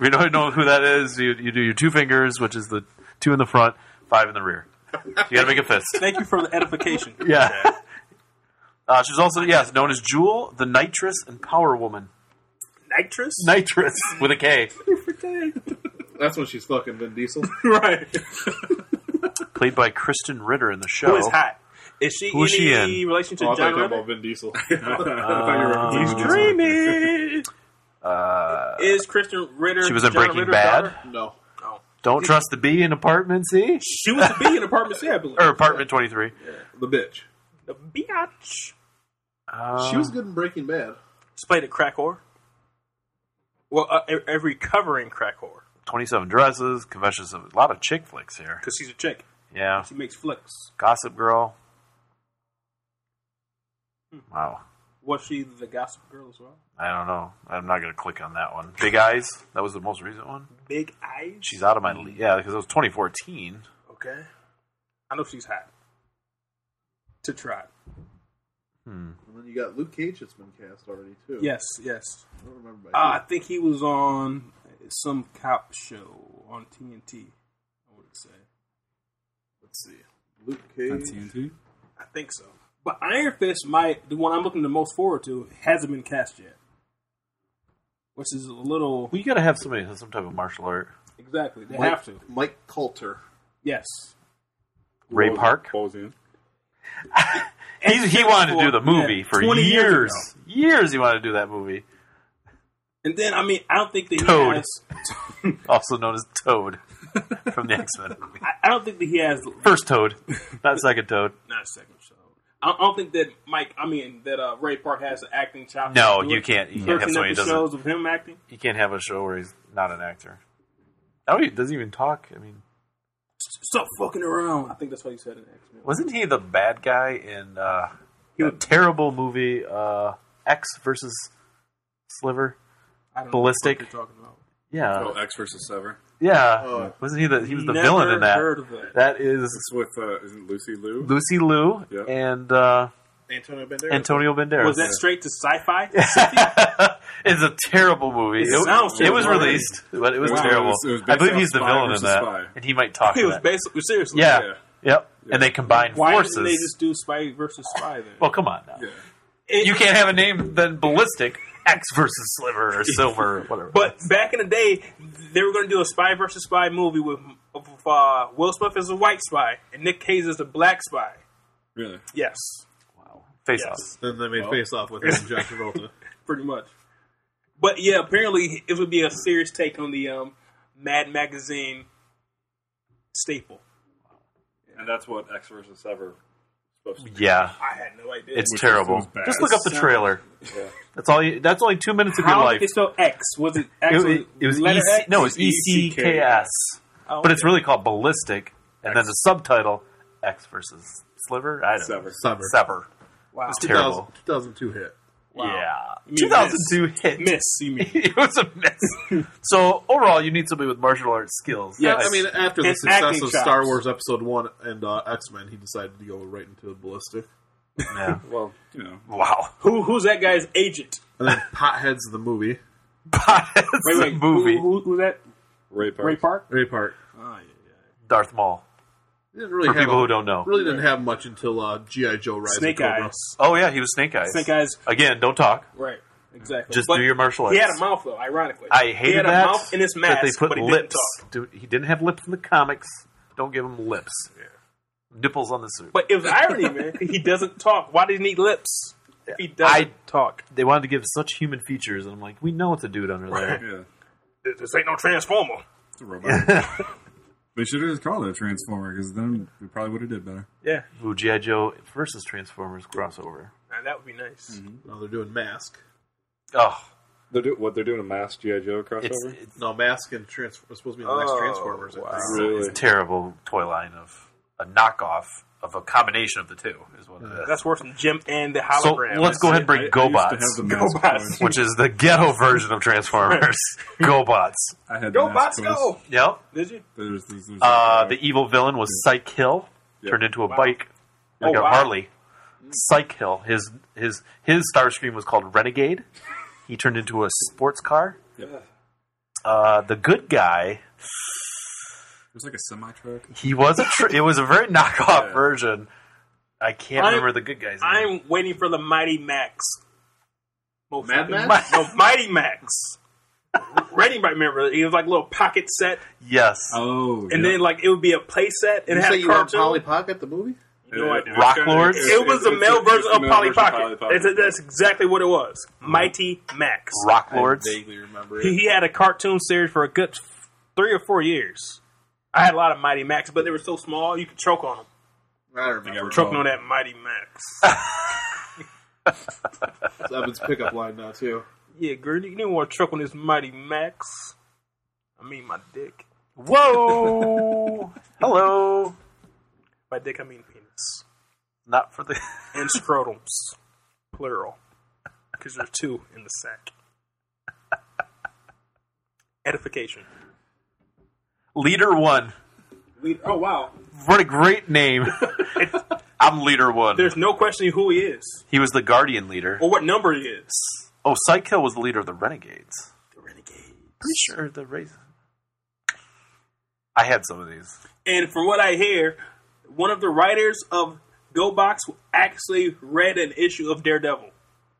[SPEAKER 8] we don't know who that is. You, you do your two fingers, which is the two in the front, five in the rear. You got to make a fist.
[SPEAKER 9] Thank you for the edification.
[SPEAKER 8] Yeah. Uh, she's also yes known as Jewel, the Nitrous, and Power Woman.
[SPEAKER 9] Nitrous?
[SPEAKER 8] Nitrous with a K.
[SPEAKER 7] That's when she's fucking Vin Diesel. Oh,
[SPEAKER 9] right.
[SPEAKER 8] Played by Kristen Ritter in the show.
[SPEAKER 9] Who is hot? Is she
[SPEAKER 8] Who's she
[SPEAKER 9] any
[SPEAKER 8] in?
[SPEAKER 9] relation to
[SPEAKER 7] Oh, I thought you were talking
[SPEAKER 9] John Ritter?
[SPEAKER 7] about Vin Diesel.
[SPEAKER 9] He's dreaming. is Kristen Ritter?
[SPEAKER 8] Uh, She was in
[SPEAKER 9] John
[SPEAKER 8] Breaking
[SPEAKER 9] Ritter's
[SPEAKER 8] Bad.
[SPEAKER 9] daughter?
[SPEAKER 7] no.
[SPEAKER 8] Don't trust the bee in apartment C
[SPEAKER 9] She was a bee in Apartment C, I believe.
[SPEAKER 8] or apartment twenty three.
[SPEAKER 7] The bitch.
[SPEAKER 9] The biatch.
[SPEAKER 8] Uh,
[SPEAKER 7] she was good in Breaking Bad.
[SPEAKER 9] She's played a crack whore. Well, uh, a, a recovering crack whore
[SPEAKER 8] Twenty seven dresses, confessions of a lot of chick flicks here.
[SPEAKER 9] because she's a chick.
[SPEAKER 8] Yeah,
[SPEAKER 9] She makes flicks.
[SPEAKER 8] Gossip Girl. Wow,
[SPEAKER 9] Was she the Gossip Girl as well?
[SPEAKER 8] I don't know. I'm not gonna click on that one. Big Eyes. That was the most recent one.
[SPEAKER 9] Big eyes.
[SPEAKER 8] She's out of my league. Yeah, because it was 2014.
[SPEAKER 9] Okay. I know she's hot. To try.
[SPEAKER 7] And then you got Luke Cage that's been cast already, too.
[SPEAKER 9] Yes, yes.
[SPEAKER 7] I don't remember. by
[SPEAKER 9] Uh, I
[SPEAKER 7] who.
[SPEAKER 9] think he was on some cop show on TNT. I would say.
[SPEAKER 7] Let's see. Luke Cage.
[SPEAKER 6] TNT.
[SPEAKER 9] I think so. But Iron Fist might the one I'm looking the most forward to hasn't been cast yet, which is a little
[SPEAKER 8] Well, you got to have somebody who has some type of martial art.
[SPEAKER 9] exactly they
[SPEAKER 7] Mike-
[SPEAKER 9] have to.
[SPEAKER 7] Mike Coulter.
[SPEAKER 9] Yes,
[SPEAKER 8] Ray
[SPEAKER 6] What was-
[SPEAKER 8] Park.
[SPEAKER 6] What was he in?
[SPEAKER 8] He, he wanted to do the movie
[SPEAKER 9] Yeah,
[SPEAKER 8] for
[SPEAKER 9] 20
[SPEAKER 8] years.
[SPEAKER 9] years
[SPEAKER 8] Years, he wanted to do that movie,
[SPEAKER 9] and then I mean I don't think that he
[SPEAKER 8] Toad.
[SPEAKER 9] has.
[SPEAKER 8] also known as Toad from the X Men movie.
[SPEAKER 9] I, I don't think that he has
[SPEAKER 8] First Toad, not second Toad.
[SPEAKER 9] not second show. I I don't think that Mike. I mean that uh, Ray Park has an acting chops.
[SPEAKER 8] No,
[SPEAKER 9] to do
[SPEAKER 8] you
[SPEAKER 9] it.
[SPEAKER 8] can't- you can't have
[SPEAKER 9] Searching
[SPEAKER 8] somebody
[SPEAKER 9] up
[SPEAKER 8] who
[SPEAKER 9] the shows of him acting.
[SPEAKER 8] You can't have a show where he's not an actor. Oh, he doesn't even talk. I mean,
[SPEAKER 9] Stop fucking around. I think that's what he said in X Men.
[SPEAKER 8] wasn't he the bad guy in uh, a terrible movie uh, X versus Sliver?
[SPEAKER 9] I don't
[SPEAKER 8] Ballistic?
[SPEAKER 9] Know what you're talking about. uh,
[SPEAKER 8] Yeah,
[SPEAKER 6] Oh, X versus Sever.
[SPEAKER 8] yeah.
[SPEAKER 7] Oh.
[SPEAKER 8] wasn't he the he was the
[SPEAKER 9] Never
[SPEAKER 8] villain in that?
[SPEAKER 9] Heard of it.
[SPEAKER 8] That is
[SPEAKER 6] It's with uh, isn't Lucy Liu?
[SPEAKER 8] Lucy Liu
[SPEAKER 6] Yeah.
[SPEAKER 8] and uh,
[SPEAKER 7] Antonio Banderas.
[SPEAKER 8] Antonio Banderas.
[SPEAKER 9] Was that straight to sci-fi?
[SPEAKER 8] it's a terrible movie. It,
[SPEAKER 9] It sounds
[SPEAKER 8] it was
[SPEAKER 9] terrible.
[SPEAKER 8] released, but it was
[SPEAKER 6] It was-
[SPEAKER 8] terrible.
[SPEAKER 6] it was
[SPEAKER 8] I
[SPEAKER 6] based
[SPEAKER 8] believe
[SPEAKER 6] on
[SPEAKER 8] he's the
[SPEAKER 6] Spy
[SPEAKER 8] villain in
[SPEAKER 6] versus
[SPEAKER 8] that,
[SPEAKER 6] Spy.
[SPEAKER 8] and he might talk.
[SPEAKER 9] It
[SPEAKER 8] to
[SPEAKER 9] was
[SPEAKER 8] that.
[SPEAKER 9] basically seriously.
[SPEAKER 8] yeah.
[SPEAKER 6] yeah.
[SPEAKER 8] yep. And they combine
[SPEAKER 9] Why
[SPEAKER 8] forces.
[SPEAKER 9] didn't they just do Spy versus Spy then?
[SPEAKER 8] well, come on now.
[SPEAKER 6] Yeah.
[SPEAKER 9] It-
[SPEAKER 8] You can't have a name than Ballistic X versus Sliver or Silver or whatever.
[SPEAKER 9] But back in the day, they were going to do a Spy versus Spy movie with, with uh, Will Smith as a white spy and Nick Cage as a black spy.
[SPEAKER 6] Really?
[SPEAKER 9] Yes,
[SPEAKER 8] face
[SPEAKER 9] yes.
[SPEAKER 8] off.
[SPEAKER 7] Then they made face off with him and John Travolta.
[SPEAKER 9] pretty much. But yeah, apparently it would be a serious take on the um, Mad Magazine staple.
[SPEAKER 6] And that's what X versus Sever supposed to be.
[SPEAKER 8] Yeah,
[SPEAKER 9] I had no idea.
[SPEAKER 8] it's
[SPEAKER 6] Which is-
[SPEAKER 8] terrible.
[SPEAKER 6] was bad.
[SPEAKER 8] Just look up the
[SPEAKER 9] Sounds-
[SPEAKER 8] trailer. That's all. You, that's only two minutes of
[SPEAKER 9] How
[SPEAKER 8] your
[SPEAKER 9] did
[SPEAKER 8] life.
[SPEAKER 9] they spell X? Was it
[SPEAKER 8] It,
[SPEAKER 9] actually
[SPEAKER 8] it- it was
[SPEAKER 9] letter
[SPEAKER 8] EC,
[SPEAKER 9] X?
[SPEAKER 8] no, it's E C K
[SPEAKER 6] ECKS.
[SPEAKER 8] S,
[SPEAKER 9] Oh,
[SPEAKER 8] but it's
[SPEAKER 9] okay.
[SPEAKER 8] really called Ballistic, and then the subtitle X versus Sliver. I don't
[SPEAKER 6] Sever.
[SPEAKER 7] Summer.
[SPEAKER 8] Sever.
[SPEAKER 9] wow.
[SPEAKER 8] It's terrible.
[SPEAKER 7] 2000, 2002 hit.
[SPEAKER 8] Yeah,
[SPEAKER 9] You mean
[SPEAKER 8] 2002 hit.
[SPEAKER 9] miss. You mean
[SPEAKER 8] it was a miss. so overall, you need somebody with martial arts skills.
[SPEAKER 7] Yeah,
[SPEAKER 8] Nice.
[SPEAKER 7] I mean, after the
[SPEAKER 9] His
[SPEAKER 7] success
[SPEAKER 9] acting
[SPEAKER 7] of Star
[SPEAKER 9] chops.
[SPEAKER 7] Wars Episode One and uh, X Men, he decided to go right into the ballistic.
[SPEAKER 8] Yeah.
[SPEAKER 6] Well, you know,
[SPEAKER 8] wow.
[SPEAKER 9] who? Who's that guy's agent?
[SPEAKER 7] And then Potheads the movie.
[SPEAKER 8] That's
[SPEAKER 9] Wait,
[SPEAKER 8] a
[SPEAKER 9] wait.
[SPEAKER 8] movie.
[SPEAKER 9] Who, who, who's that?
[SPEAKER 6] Ray Park.
[SPEAKER 9] Ray Park.
[SPEAKER 7] Ray Park.
[SPEAKER 8] Darth Maul.
[SPEAKER 7] Didn't really
[SPEAKER 8] For
[SPEAKER 7] have
[SPEAKER 8] people
[SPEAKER 7] a-
[SPEAKER 8] who don't know.
[SPEAKER 7] really didn't have much until uh, GI Joe Rise. of
[SPEAKER 9] Snake
[SPEAKER 7] Cobra.
[SPEAKER 9] Eyes.
[SPEAKER 8] Oh yeah, he was Snake Eyes.
[SPEAKER 9] Snake Eyes.
[SPEAKER 8] Again, don't talk.
[SPEAKER 9] Right. Exactly.
[SPEAKER 8] Just
[SPEAKER 9] But
[SPEAKER 8] do your martial arts.
[SPEAKER 9] He had a mouth though. Ironically,
[SPEAKER 8] I hated
[SPEAKER 9] he had
[SPEAKER 8] that.
[SPEAKER 9] a mouth in his mask,
[SPEAKER 8] that they put
[SPEAKER 9] but he
[SPEAKER 8] lips.
[SPEAKER 9] didn't talk.
[SPEAKER 8] Dude, he didn't have lips in the comics. Don't give him lips. Nipples on the suit.
[SPEAKER 9] But it was irony, man. 'cause He doesn't talk. Why does he need lips? If he doesn't
[SPEAKER 8] I-
[SPEAKER 9] talk.
[SPEAKER 8] they wanted to give such human features, and I'm like, we know it's a dude under there.
[SPEAKER 6] Yeah.
[SPEAKER 9] This ain't no Transformer.
[SPEAKER 6] It's a robot. they should have just called it a Transformer because then we probably would have did better.
[SPEAKER 9] Yeah,
[SPEAKER 8] Ooh, G.I. Joe versus Transformers crossover.
[SPEAKER 9] now, that would be nice.
[SPEAKER 7] No, they're doing Mask.
[SPEAKER 8] Oh,
[SPEAKER 6] They're do- what they're doing a mass GI Joe
[SPEAKER 8] it's,
[SPEAKER 6] crossover.
[SPEAKER 8] it's
[SPEAKER 7] No, Mask and Trans- was supposed to be the next Transformers. I think.
[SPEAKER 8] it's a terrible toy line of a knockoff of a combination of the two. Is what it is.
[SPEAKER 9] That's worse than Jim and the
[SPEAKER 8] So
[SPEAKER 9] hologram.
[SPEAKER 8] let's go ahead and bring
[SPEAKER 6] I- I used to
[SPEAKER 8] GoBots,
[SPEAKER 6] have the mask
[SPEAKER 9] GoBots.
[SPEAKER 6] toys.
[SPEAKER 8] which is the ghetto version of Transformers. GoBots.
[SPEAKER 6] I had
[SPEAKER 9] Go
[SPEAKER 6] the
[SPEAKER 9] bots,
[SPEAKER 6] mask toys.
[SPEAKER 9] go!
[SPEAKER 8] Yep.
[SPEAKER 9] Did you?
[SPEAKER 6] There's, there's, there's
[SPEAKER 8] Uh, the evil villain was Psych Hill,
[SPEAKER 6] Yeah.
[SPEAKER 8] turned into a
[SPEAKER 9] Wow.
[SPEAKER 8] bike, like
[SPEAKER 9] Oh,
[SPEAKER 8] a
[SPEAKER 9] wow.
[SPEAKER 8] Harley.
[SPEAKER 6] Mm.
[SPEAKER 8] Psych Hill. His his his star scream was called Renegade. He turned into a sports car.
[SPEAKER 6] Yeah.
[SPEAKER 8] Uh, the good guy.
[SPEAKER 6] there's like a semi truck.
[SPEAKER 8] He was a. Tr- it was a very knockoff
[SPEAKER 6] Yeah.
[SPEAKER 8] version. I can't
[SPEAKER 9] I'm-
[SPEAKER 8] remember the good guy's name.
[SPEAKER 9] I'm waiting for the Mighty Max. Most
[SPEAKER 7] Mad
[SPEAKER 9] likely.
[SPEAKER 7] Max?
[SPEAKER 9] No, Mighty Max. Randy might remember. It It was like a little pocket set,
[SPEAKER 8] Yes,
[SPEAKER 6] Oh,
[SPEAKER 9] and
[SPEAKER 6] yeah.
[SPEAKER 9] then like it would be a play set, and
[SPEAKER 7] you
[SPEAKER 9] it had
[SPEAKER 7] say
[SPEAKER 9] a
[SPEAKER 7] you want
[SPEAKER 9] cartoon.
[SPEAKER 7] Polly Pocket the movie?
[SPEAKER 9] No, I didn't.
[SPEAKER 8] Rock Lords.
[SPEAKER 9] It was the
[SPEAKER 6] It's-
[SPEAKER 9] male
[SPEAKER 6] it's- it's the
[SPEAKER 9] version of
[SPEAKER 6] male
[SPEAKER 9] Polly
[SPEAKER 6] version of
[SPEAKER 9] Pocket.
[SPEAKER 6] Polly
[SPEAKER 9] That's, that's exactly what it was. Mighty Max.
[SPEAKER 8] Rock Lords.
[SPEAKER 7] I vaguely remember
[SPEAKER 9] He,
[SPEAKER 7] it.
[SPEAKER 9] he had a cartoon series for a good f- three or four years. I had a lot of Mighty Max, but they were so small you could choke on them.
[SPEAKER 7] I don't remember.
[SPEAKER 6] I
[SPEAKER 9] Choking
[SPEAKER 6] Oh.
[SPEAKER 9] on that Mighty Max.
[SPEAKER 7] It's Evan's pickup line now too.
[SPEAKER 9] yeah, girl, you didn't want to choke on this Mighty Max. I mean, my dick.
[SPEAKER 8] Whoa! Hello.
[SPEAKER 9] By dick, I mean penis.
[SPEAKER 8] Not for the.
[SPEAKER 9] And scrotums. plural. Because there are two in the sack. Edification.
[SPEAKER 8] Leader one.
[SPEAKER 9] Lead- oh, wow.
[SPEAKER 8] What a great name. I'm leader one.
[SPEAKER 9] There's no questioning who he is
[SPEAKER 8] He was the guardian leader.
[SPEAKER 9] or what number he is.
[SPEAKER 8] Oh, Psykill was the leader of the Renegades.
[SPEAKER 9] The Renegade.
[SPEAKER 8] Pretty sure the race. I had some of these.
[SPEAKER 9] And from what I hear, one of the writers of GoBox actually read an issue of Daredevil,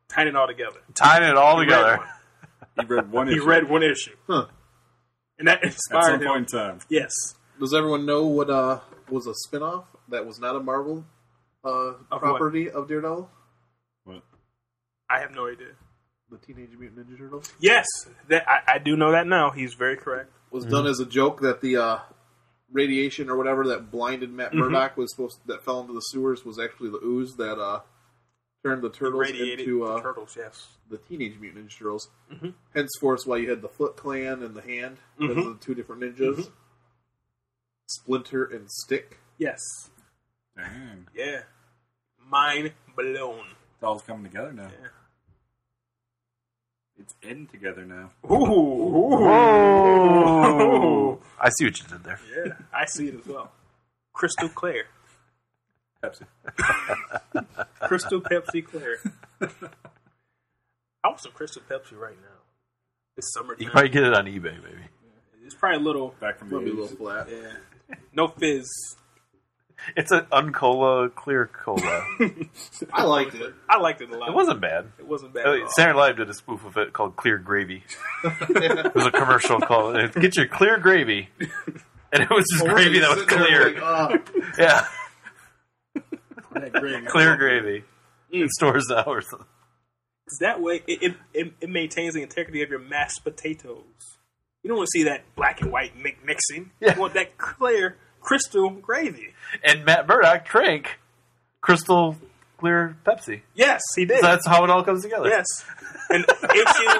[SPEAKER 9] tied it all together.
[SPEAKER 8] Tying it all together.
[SPEAKER 6] he
[SPEAKER 9] one.
[SPEAKER 6] read one.
[SPEAKER 9] He
[SPEAKER 6] issue
[SPEAKER 9] read one issue,
[SPEAKER 7] Huh.
[SPEAKER 9] and that
[SPEAKER 6] at some
[SPEAKER 9] inspired him.
[SPEAKER 6] point uh, in time.
[SPEAKER 9] Yes,
[SPEAKER 7] Does everyone know what uh, was a spin-off that was not a Marvel uh,
[SPEAKER 9] what?
[SPEAKER 7] property of Daredevil?
[SPEAKER 6] What?
[SPEAKER 9] I have no idea.
[SPEAKER 7] The Teenage Mutant Ninja Turtles
[SPEAKER 9] Yes, that I, I do know that now. He's very correct.
[SPEAKER 7] was done as a joke that the uh, radiation or whatever that blinded Matt Murdock was supposed that fell into the sewers was actually the ooze that uh, turned the turtles
[SPEAKER 9] Radiated
[SPEAKER 7] into uh,
[SPEAKER 9] the turtles. Yes,
[SPEAKER 7] the Teenage Mutant Ninja Turtles. Henceforth, why you had the Foot Clan and the Hand. Those are the two different ninjas. Splinter and Stick.
[SPEAKER 9] yes,
[SPEAKER 6] Dang,
[SPEAKER 9] yeah. Mind blown.
[SPEAKER 6] it's all coming together now. It's in together now.
[SPEAKER 9] Ooh,
[SPEAKER 8] Whoa. I see what you did there.
[SPEAKER 9] yeah. I see it as well. Crystal clear,
[SPEAKER 6] Pepsi.
[SPEAKER 9] crystal Pepsi clear. I want some crystal Pepsi right now. It's
[SPEAKER 8] You
[SPEAKER 9] summertime.
[SPEAKER 8] can probably get it on eBay, maybe.
[SPEAKER 9] It's probably a little
[SPEAKER 6] Back from the
[SPEAKER 7] Probably a
[SPEAKER 6] 80s.
[SPEAKER 7] little flat.
[SPEAKER 9] no fizz.
[SPEAKER 8] It's an uncola, clear cola. it
[SPEAKER 7] I liked it.
[SPEAKER 9] I liked it a lot.
[SPEAKER 8] wasn't bad.
[SPEAKER 9] It wasn't bad.
[SPEAKER 8] Uh,
[SPEAKER 9] at all.
[SPEAKER 8] Saturday Live did a spoof of it called Clear Gravy. it was a commercial called uh, "Get Your Clear Gravy," and it was just gravy that was
[SPEAKER 7] Sitting there
[SPEAKER 8] clear.
[SPEAKER 7] like, ah,
[SPEAKER 8] yeah,
[SPEAKER 6] That great.
[SPEAKER 8] clear gravy in stores now or something.
[SPEAKER 9] that way, it, it, it, it maintains the integrity of your mashed potatoes. You don't want to see that black and white mi- mixing.
[SPEAKER 8] Yeah.
[SPEAKER 9] You want that clear crystal gravy.
[SPEAKER 8] And Matt Murdock drank crystal clear Pepsi.
[SPEAKER 9] Yes, he did.
[SPEAKER 8] So that's how it all comes together.
[SPEAKER 9] yes. And issue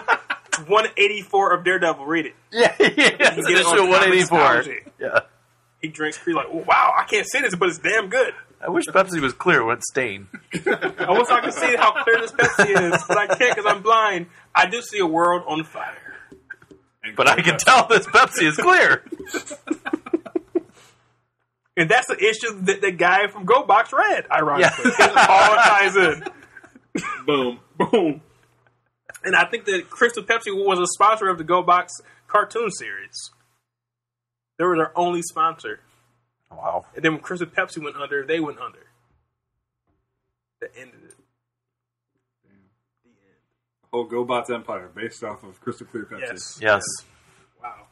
[SPEAKER 9] 184 of Daredevil, read it.
[SPEAKER 8] Yeah, yeah.
[SPEAKER 9] You
[SPEAKER 8] It's
[SPEAKER 9] get it on
[SPEAKER 8] issue one eighty four.
[SPEAKER 9] Comixology.
[SPEAKER 8] Yeah,
[SPEAKER 9] He drinks free like, oh, wow, I can't say this, but it's damn good.
[SPEAKER 8] I wish Pepsi was clear when it's stained.
[SPEAKER 9] I wish I could see how clear this Pepsi is, but I can't because I'm blind. I do see a world on fire.
[SPEAKER 8] But I can tell this Pepsi is clear.
[SPEAKER 9] And that's the issue that the guy from Go Box read, ironically.
[SPEAKER 8] Yeah.
[SPEAKER 9] It all ties in.
[SPEAKER 7] boom.
[SPEAKER 9] Boom. And I think that Crystal Pepsi was a sponsor of the Go Box cartoon series. They were their only sponsor.
[SPEAKER 8] Wow.
[SPEAKER 9] And then when Crystal Pepsi went under, they went under. That ended it.
[SPEAKER 6] whole GoBots Empire based off of Crystal Clear Pepsi.
[SPEAKER 9] Yes.
[SPEAKER 8] Yes.
[SPEAKER 9] Wow.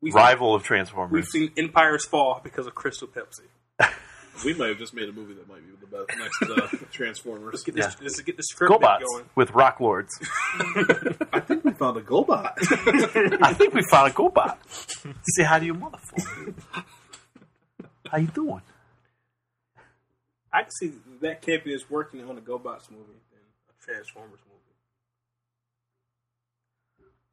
[SPEAKER 9] We've seen,
[SPEAKER 8] Rival of
[SPEAKER 9] we've
[SPEAKER 8] Transformers.
[SPEAKER 9] seen empires fall because of Crystal Pepsi.
[SPEAKER 7] We might have just made a movie that might be the best next uh, Transformers.
[SPEAKER 9] Get this, Let's get the script
[SPEAKER 8] GoBots
[SPEAKER 9] going.
[SPEAKER 8] with Rock Lords.
[SPEAKER 7] I think we found a GoBot.
[SPEAKER 8] I think we found a GoBot. Say hi to your motherfucker. How you doing?
[SPEAKER 9] I can see that campy is working on a GoBots movie than a Transformers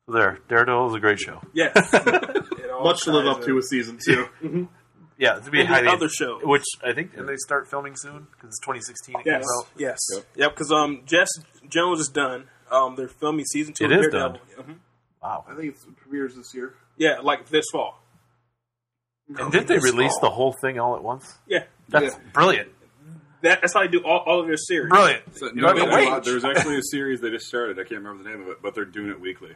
[SPEAKER 9] movie.
[SPEAKER 8] There, Daredevil is a great show.
[SPEAKER 9] Yes. It all
[SPEAKER 7] Much to live
[SPEAKER 9] ties
[SPEAKER 7] up to
[SPEAKER 9] in.
[SPEAKER 7] with season two.
[SPEAKER 8] yeah, it's gonna be
[SPEAKER 9] And the
[SPEAKER 8] highly-
[SPEAKER 9] other show.
[SPEAKER 8] which I think and they start filming soon because it's 2016. it
[SPEAKER 9] Yes,
[SPEAKER 8] comes out.
[SPEAKER 9] yes, yep. Because um, Jess Jones is done. Um, they're filming season two.
[SPEAKER 8] It
[SPEAKER 9] of
[SPEAKER 8] is
[SPEAKER 9] Daredevil. Mhm.
[SPEAKER 8] Wow.
[SPEAKER 7] I think it's- it premieres this year.
[SPEAKER 9] Yeah, like this fall.
[SPEAKER 8] And did they release the whole thing all at once?
[SPEAKER 9] Yeah,
[SPEAKER 8] That's brilliant.
[SPEAKER 9] that, that's how they do all, all of their series.
[SPEAKER 8] Brilliant.
[SPEAKER 5] So,
[SPEAKER 8] You have to
[SPEAKER 5] no,
[SPEAKER 8] wait.
[SPEAKER 5] watch.
[SPEAKER 6] There's actually a series they just started. I can't remember the name of it, but they're doing it weekly.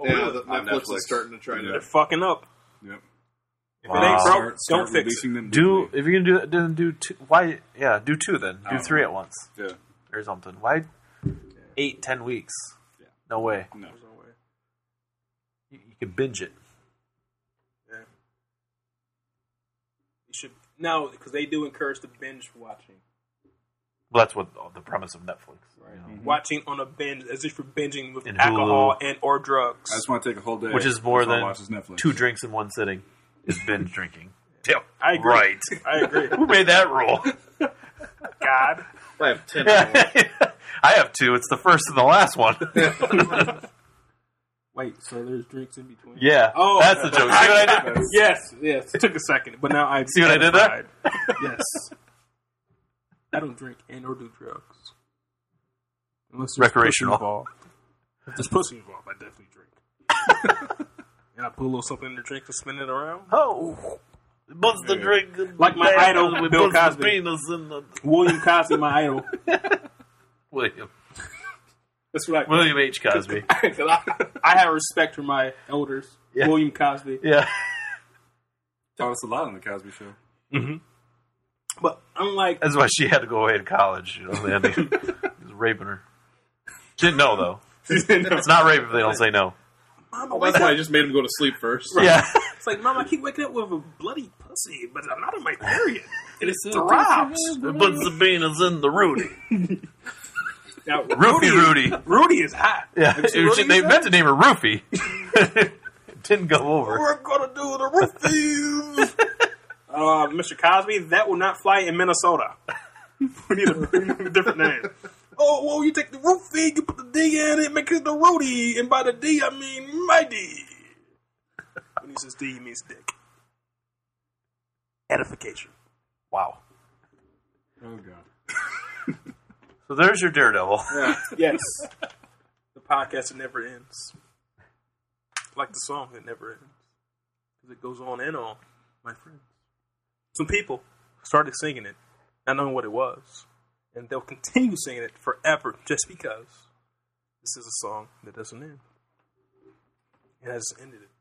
[SPEAKER 7] yeah, the,
[SPEAKER 6] On
[SPEAKER 7] Oh, Netflix,
[SPEAKER 6] Netflix.
[SPEAKER 7] is starting to try
[SPEAKER 9] They're
[SPEAKER 7] to.
[SPEAKER 9] fucking up.
[SPEAKER 6] Yep.
[SPEAKER 9] If
[SPEAKER 8] Wow.
[SPEAKER 9] it ain't broke,
[SPEAKER 6] Start, start
[SPEAKER 9] don't fix it.
[SPEAKER 6] releasing them.
[SPEAKER 8] Do
[SPEAKER 6] weekly.
[SPEAKER 8] if you're gonna do then do two. Why? Yeah, do two then. Do
[SPEAKER 6] Oh.
[SPEAKER 8] three at once
[SPEAKER 6] Yeah.
[SPEAKER 8] or something. Why? Eight ten weeks. No way.
[SPEAKER 6] No.
[SPEAKER 8] You, you can binge it.
[SPEAKER 9] You should now because they do encourage the binge watching,
[SPEAKER 8] Mm-hmm. Well, that's what the premise of Netflix. you know,
[SPEAKER 9] watching on a binge as if you're binging with
[SPEAKER 8] And Hulu.
[SPEAKER 9] alcohol and or drugs.
[SPEAKER 6] I just want to take a whole day,
[SPEAKER 8] Which is more
[SPEAKER 6] before I
[SPEAKER 8] than
[SPEAKER 6] watches Netflix.
[SPEAKER 8] two drinks in one sitting is binge drinking. Yep.
[SPEAKER 9] I agree.
[SPEAKER 8] Right.
[SPEAKER 9] I agree.
[SPEAKER 8] Who made that rule?
[SPEAKER 9] God,
[SPEAKER 7] I have ten.
[SPEAKER 8] I have two. It's the first and the last one.
[SPEAKER 9] wait. So there's drinks in between.
[SPEAKER 8] yeah.
[SPEAKER 9] Oh.
[SPEAKER 8] that's the joke. See what I did?
[SPEAKER 9] Yes, yes. It took a second, but now I
[SPEAKER 8] See what I did there?
[SPEAKER 9] Yes. I don't drink and or do drugs. Unless there's
[SPEAKER 8] Recreational.
[SPEAKER 9] pussy involved. If there's pussy involved, I definitely drink. and I put a little something in the drink to spin it around.
[SPEAKER 8] Oh. Bust the drink.
[SPEAKER 9] Like my idol,
[SPEAKER 8] with
[SPEAKER 9] Bill
[SPEAKER 8] bust
[SPEAKER 9] Cosby.
[SPEAKER 8] The penis in the
[SPEAKER 9] William Cosby, my idol.
[SPEAKER 8] William.
[SPEAKER 9] That's what I.
[SPEAKER 8] William H. Cosby.
[SPEAKER 9] 'cause I, I have respect for my elders.
[SPEAKER 8] Yeah.
[SPEAKER 9] William Cosby.
[SPEAKER 8] yeah.
[SPEAKER 6] Taught us a lot on the Cosby Show.
[SPEAKER 9] But unlike
[SPEAKER 8] That's why she had to go away to college. You know, they had to, he was raping her. She didn't know, though. It's not rape if they don't say no.
[SPEAKER 9] Mama, wake
[SPEAKER 7] That's why I
[SPEAKER 9] up.
[SPEAKER 7] just made him go to sleep first.
[SPEAKER 8] Yeah.
[SPEAKER 9] It's like Mama, I keep waking up with a bloody pussy, but I'm not in my period. And it throbs.
[SPEAKER 8] Bust the penis in the Rudy.
[SPEAKER 9] Now,
[SPEAKER 8] Rudy Rudy.
[SPEAKER 9] Rudy is hot.
[SPEAKER 8] Yeah,
[SPEAKER 9] Have you seen
[SPEAKER 8] it was-
[SPEAKER 9] Rudy
[SPEAKER 8] they
[SPEAKER 9] use
[SPEAKER 8] meant to name her Roofy. It Didn't go over.
[SPEAKER 9] We're gonna do the roofies. uh, Mr. Cosby, that will not fly in Minnesota. we need a, we need a different name. Oh, well, you take the roofie, you put the D in it, make it the Rudy, and by the D, I mean my D. When he says D, he means dick. Edification.
[SPEAKER 8] Wow.
[SPEAKER 6] Oh god.
[SPEAKER 8] So there's your Daredevil.
[SPEAKER 9] Yes. the podcast, it never ends. Like the song, it never ends. 'Cause it goes on and on, my friends. Some people started singing it, not knowing what it was. And they'll continue singing it forever just because this is a song that doesn't end. It has ended it.